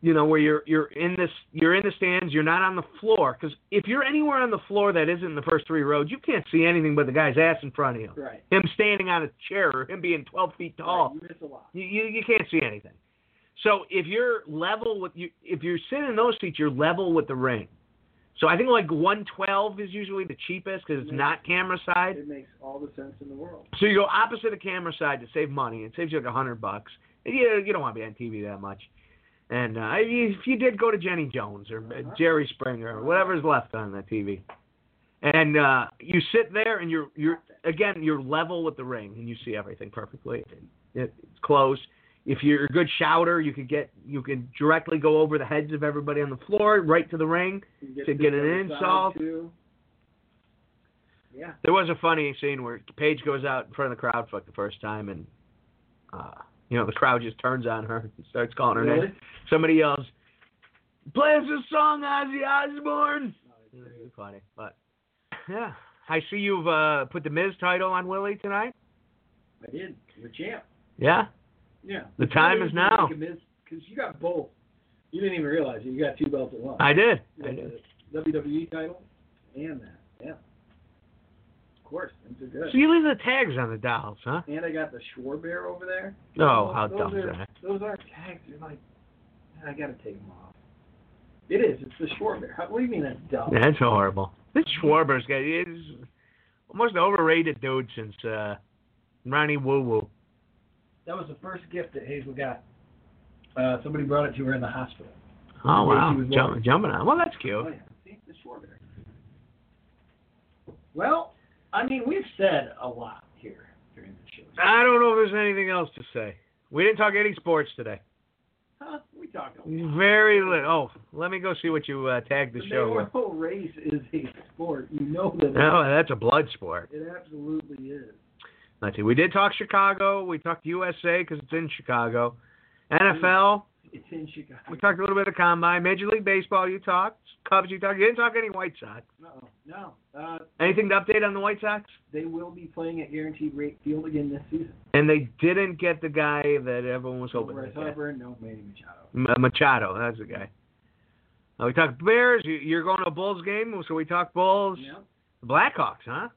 B: you know, where you're you're in this you're in the stands, you're not on the floor because if you're anywhere on the floor that isn't the first three rows, you can't see anything but the guy's ass in front of you.
C: Right.
B: Him standing on a chair or him being 12 feet tall,
C: Right, You miss a lot.
B: you, you you can't see anything. So if you're level with you, if you're sitting in those seats, you're level with the ring. So I think like 112 is usually the cheapest because it's
C: Yeah.
B: not camera side.
C: It makes all the sense in the world.
B: So you go opposite of camera side to save money. It saves you like a hundred bucks. And You you don't want to be on TV that much. And uh, if you- if you did go to Jenny Jones or uh, Jerry Springer or whatever's left on the TV, and uh, you sit there and you're you're again you're level with the ring and you see everything perfectly. It, it's close. If you're a good shouter, you could get you can directly go over the heads of everybody on the floor right to the ring.
C: You get
B: To
C: this
B: get an
C: other side,
B: insult.
C: too. Yeah.
B: There was a funny scene where Paige goes out in front of the crowd for like the first time, and uh, you know the crowd just turns on her and starts calling her
C: Really?
B: name. Somebody yells, "Play us a song, Ozzy Osbourne." It's funny, but yeah, I see you've uh, put the Miz title on Willie tonight.
C: I did. The champ.
B: Yeah,
C: Yeah.
B: The time is now.
C: Because you got both. You didn't even realize it. You got two belts at once.
B: I did.
C: You
B: I
C: got
B: did.
C: the WWE title and that. Yeah. Of course. Things are good.
B: So you leave the tags on the dolls, huh?
C: and I got the Schwarbear over there.
B: Oh,
C: Those-
B: how
C: those
B: dumb is
C: are,
B: that?
C: Those aren't tags. You're like, "Man, I got to take them off. It is. It's the Schwarbear. How- What do you mean that's dumb?
B: That's horrible. This Schwarber's guy is almost overrated dude since uh, Ronnie Woo Woo.
C: That was the first gift that Hazel got. Uh, somebody brought it to her in the hospital.
B: Oh
C: Yeah,
B: wow,
C: she was
B: Jump, jumping on. Well, that's
C: Oh,
B: cute.
C: yeah. See, the Schwarbear.
H: Well, I mean, we've said a lot here during the show.
B: I don't know if there's anything else to say. We didn't talk any sports today.
C: Huh? We talked a lot.
B: Very little. Oh, let me go see what you uh, tagged the
C: The
B: show with.
C: mayoral race is a sport. You know that.
B: Oh, that's a blood sport.
C: It absolutely is.
B: Let's see. We did talk Chicago. We talked USA because it's in Chicago. NFL.
C: It's in Chicago.
B: We talked a little bit of combine. Major League Baseball. You talked Cubs. You talked. You didn't talk any White Sox.
C: No, no. Uh,
B: Anything to update on the White Sox?
C: they will be playing at Guaranteed Rate Field again this season.
B: And they didn't get the guy that everyone was hoping.
C: no
B: they'd
C: Bryce
B: get.
C: Harper, no Manny Machado.
B: M- uh, Machado, that's the guy. Uh, we talked Bears. You, you're going to a Bulls game, so we talked Bulls.
C: Yeah.
B: Blackhawks, huh?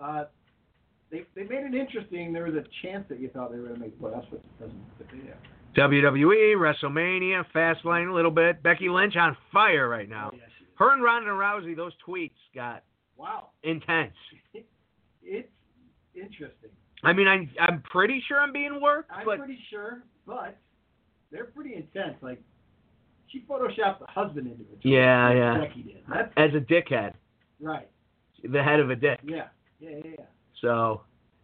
C: Uh, they they made it interesting. There was a chance that you thought they were going to make the playoffs, but it doesn't. But they have.
B: WWE, E, WrestleMania, Fastlane a little bit. Becky Lynch on fire right now.
C: Oh, yeah, she is.
B: Her and Ronda Rousey, those tweets got
C: Wow,
B: intense.
C: it's interesting.
B: I mean, I, I'm pretty sure I'm being worked,
C: I'm
B: but
C: pretty sure, but they're pretty intense. Like she photoshopped the husband into it.
B: yeah,
C: Like
B: yeah.
C: Becky did. That's
B: As a dickhead,
C: right.
B: the head of a dick.
C: Yeah. Yeah. Yeah. yeah.
B: So,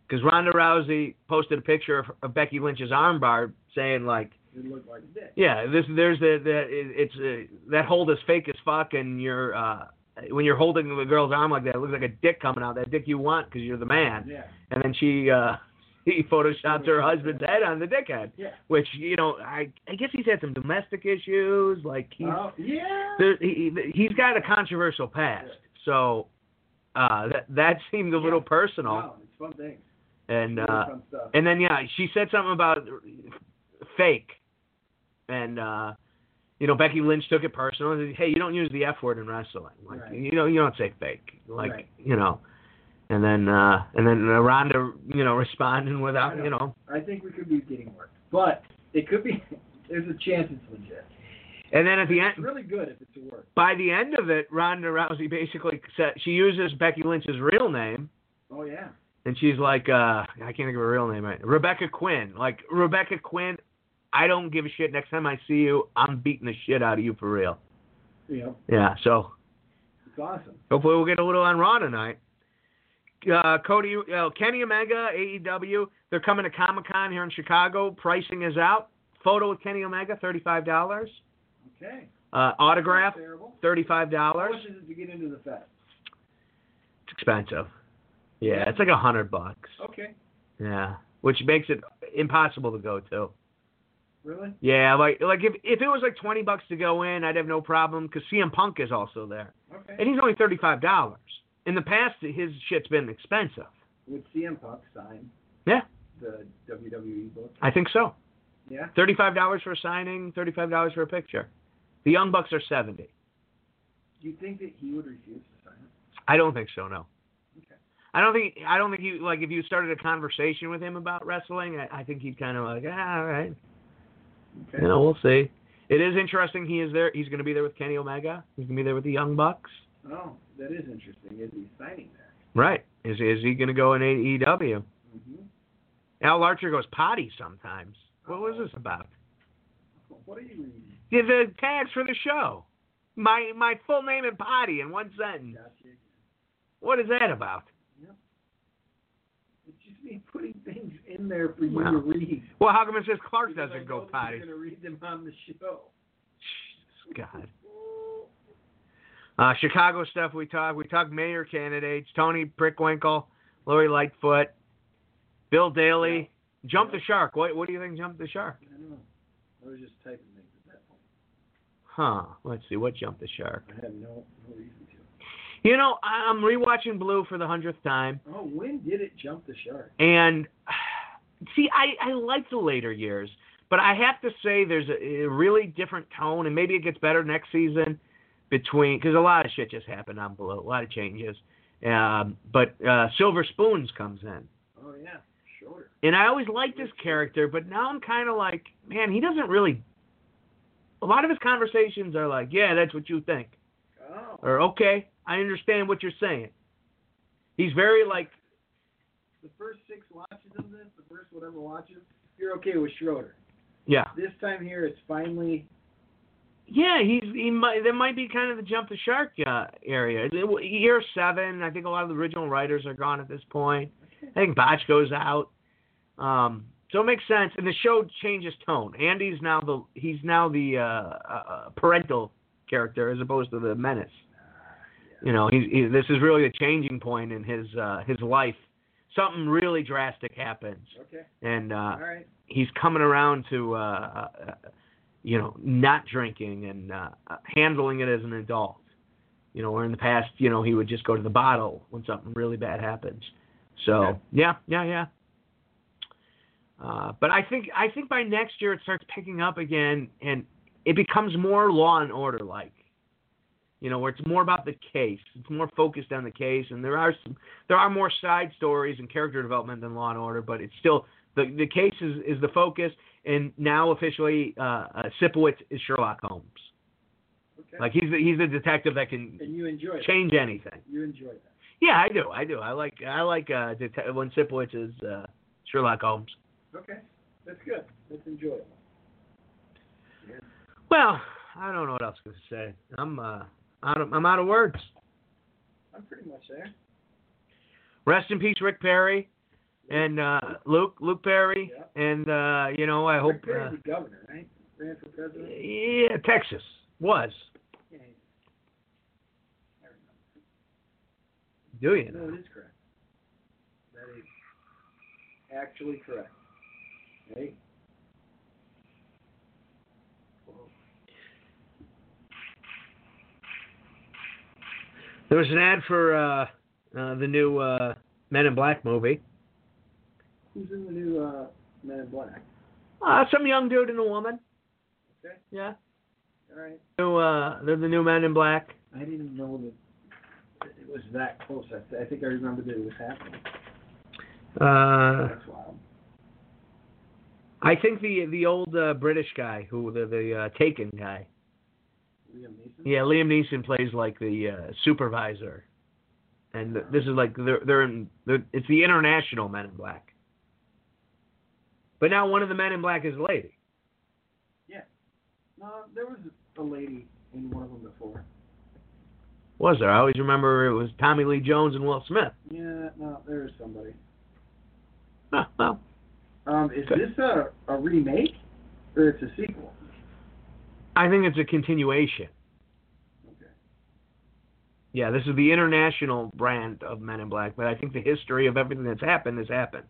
B: because Ronda Rousey posted a picture of, of Becky Lynch's armbar saying like.
C: It looked like a dick.
B: Yeah, this there's the, the it, it's uh, that hold is fake as fuck, and you're uh, when you're holding the girl's arm like that, it looks like a dick coming out. That dick you want because you're the man.
C: Yeah.
B: And then she uh, he photoshops her husband's head on the dickhead,
C: Yeah.
B: which you know I I guess he's had some domestic issues. Like he's
C: Oh, yeah.
B: there, he he- he's got a controversial past, so uh, that that seemed a little
C: Yeah.
B: personal.
C: Wow, it's fun things.
B: And
C: Really
B: uh,
C: fun stuff.
B: and then yeah, she said something about fake, and uh, you know Becky Lynch took it personal. And said, hey, you don't use the F word in wrestling. Like
C: Right.
B: you know you don't say fake. Like
C: Right.
B: you know, and then uh, and then uh, Ronda you know responding
C: I
B: without
C: know.
B: you know.
C: I think we could be getting worked, but it could be. There's a chance it's legit.
B: And then at the
C: It's
B: end,
C: really good if it's a work.
B: by the end of it, Ronda Rousey basically said she uses Becky Lynch's real name.
C: Oh yeah.
B: And she's like, uh, I can't think of her real name. Right? Rebecca Quinn. Like Rebecca Quinn, I don't give a shit. Next time I see you, I'm beating the shit out of you for real.
C: You know,
B: Yeah, so
C: it's awesome.
B: hopefully we'll get a little on Raw tonight. Uh, Cody, uh, Kenny Omega, AEW, they're coming to Comic Con here in Chicago. Pricing is out. Photo with Kenny Omega, thirty-five dollars.
C: Okay.
B: Uh, autograph,
C: Not terrible.
B: thirty-five
C: How
B: dollars.
C: much is it to get into the fest?
B: It's expensive. Yeah, it's like a hundred bucks.
C: Okay.
B: Yeah, which makes it impossible to go to.
C: Really?
B: Yeah, like like if if it was like twenty bucks to go in, I'd have no problem because CM Punk is also there,
C: Okay.
B: and he's only thirty five dollars. In the past, his shit's been expensive.
C: Would CM Punk sign?
B: Yeah.
C: The WWE E book.
B: I think so.
C: Yeah.
B: Thirty-five dollars for a signing, thirty-five dollars for a picture. The Young Bucks are seventy.
C: Do you think that he would refuse to sign it?
B: I don't think so. No.
C: Okay.
B: I don't think I don't think you like if you started a conversation with him about wrestling. I, I think he'd kind of like, ah, all right,
C: Okay.
B: you know, we'll see. It is interesting. He is there. He's going to be there with Kenny Omega. He's going to be there with the Young Bucks.
C: Oh, that is interesting. Is he signing there?
B: Right. Is is he going to go in AEW?
C: Mm-hmm.
B: Al Archer goes potty sometimes. What was this about?
C: What are you reading?
B: Yeah, the tags for the show. My my full name and potty in one sentence.
C: Gotcha.
B: What is that about?
C: It's just me putting things in there for you to
B: Wow.
C: read.
B: Well, how come it says Clark
C: Because I
B: doesn't
C: know
B: go
C: that
B: potty?
C: You're gonna read them on the show.
B: Jesus God. Uh, Chicago stuff we talked. We talked mayor candidates. Tony Prickwinkle, Lori Lightfoot, Bill Daley. Jump the shark. What what do you think jumped the shark?
C: I don't know. I was just typing things at that point.
B: Huh. Let's see. What jumped the shark?
C: I had no no reason to.
B: You know, I- I'm rewatching Blue for the hundredth time.
C: Oh, when did it jump the shark?
B: And see, I, I like the later years, but I have to say there's a, a really different tone, and maybe it gets better next season between because a lot of shit just happened on below, a lot of changes. Um, but uh, Silver Spoons comes in,
C: Oh yeah, shorter.
B: and I always liked this character, but now I'm kind of like, man, he doesn't really. A lot of his conversations are like, yeah, that's what you think,
C: Oh.
B: or okay, I understand what you're saying. He's very like,
C: The first six watches of this, the first whatever watches, you're okay with Schroeder.
B: yeah.
C: This time here, it's finally
B: Yeah, he's he might that might be kind of the jump the shark uh, area. It- it- Year seven, I think a lot of the original writers are gone at this point. I think Botch goes out, um, so it makes sense. And the show changes tone. Andy's now the he's now the uh, uh, parental character as opposed to the menace.
C: uh,
B: You know, he's he, this is really a changing point in his uh, his life. Something really drastic happens,
C: okay.
B: and uh,
C: All right.
B: he's coming around to uh, uh you know not drinking and uh handling it as an adult you know where in the past you know he would just go to the bottle when something really bad happens so
C: Okay.
B: yeah yeah yeah uh, but I think I think by next year it starts picking up again, and it becomes more law and order like, you know, where it's more about the case. It's more focused on the case, and there are some, there are more side stories and character development than Law and Order, but it's still the the case is, is the focus. And now officially, uh, uh, Sipowicz is Sherlock Holmes.
C: Okay.
B: Like he's the, he's the detective that can
C: and you enjoy that.
B: change anything.
C: You enjoy that.
B: Yeah, I do. I do. I like I like uh, det- when Sipowicz is uh, Sherlock Holmes.
C: Okay. That's good. That's enjoyable.
B: Well, I don't know what else to say. I'm uh, out of, I'm out of words.
C: I'm pretty much there.
B: Rest in peace, Rick Perry, and uh, Luke Luke Perry,
C: Yeah.
B: and uh, you know I hope
C: Rick Perry's
B: uh,
C: the governor, right? Ran for president.
B: yeah Texas was
C: Yeah. I remember.
B: do you
C: No,
B: know?
C: it is correct. That is actually correct. Right?
B: There was an ad for uh, uh, the new uh, Men in Black movie.
C: Who's in the new uh, Men in Black?
B: Uh, some young dude and a woman.
C: Okay.
B: Yeah.
C: All right.
B: New, uh, they're the new Men in Black.
C: I didn't know that it was that close. I, I think I remember that it was happening.
B: Uh,
C: That's wild.
B: I think the the old uh, British guy who the the uh, Taken guy.
C: Liam Neeson.
B: Yeah, Liam Neeson plays like the uh, supervisor, and th- this is like they're they're, in, they're it's the international Men in Black. But now one of the Men in Black is a lady.
C: No, there was a lady in one of them before.
B: Was there? I always remember it was Tommy Lee Jones and Will Smith.
C: Yeah, no, there is somebody.
B: Huh, well,
C: Um, is
B: Okay.
C: this a, a remake or it's a sequel?
B: I think it's a continuation.
C: Okay.
B: Yeah, this is the international brand of Men in Black, but I think the history of everything that's happened has happened.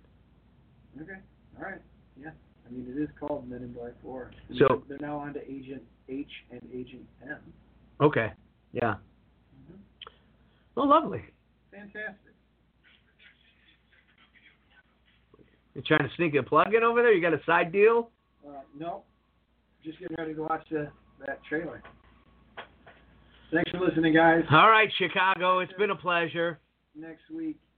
C: Okay. All right. Yeah. I mean, it is called Men in Black Four. And
B: So-
C: they're- they're now on to Agent H and Agent M.
B: Okay. Yeah.
C: Mhm.
B: Oh, lovely.
C: Fantastic.
B: You're trying to sneak a plug in over there? You got a side deal?
C: Uh, No, just getting ready to watch the, that trailer. Thanks for listening, guys.
B: All right, Chicago, it's been a pleasure.
C: Next week.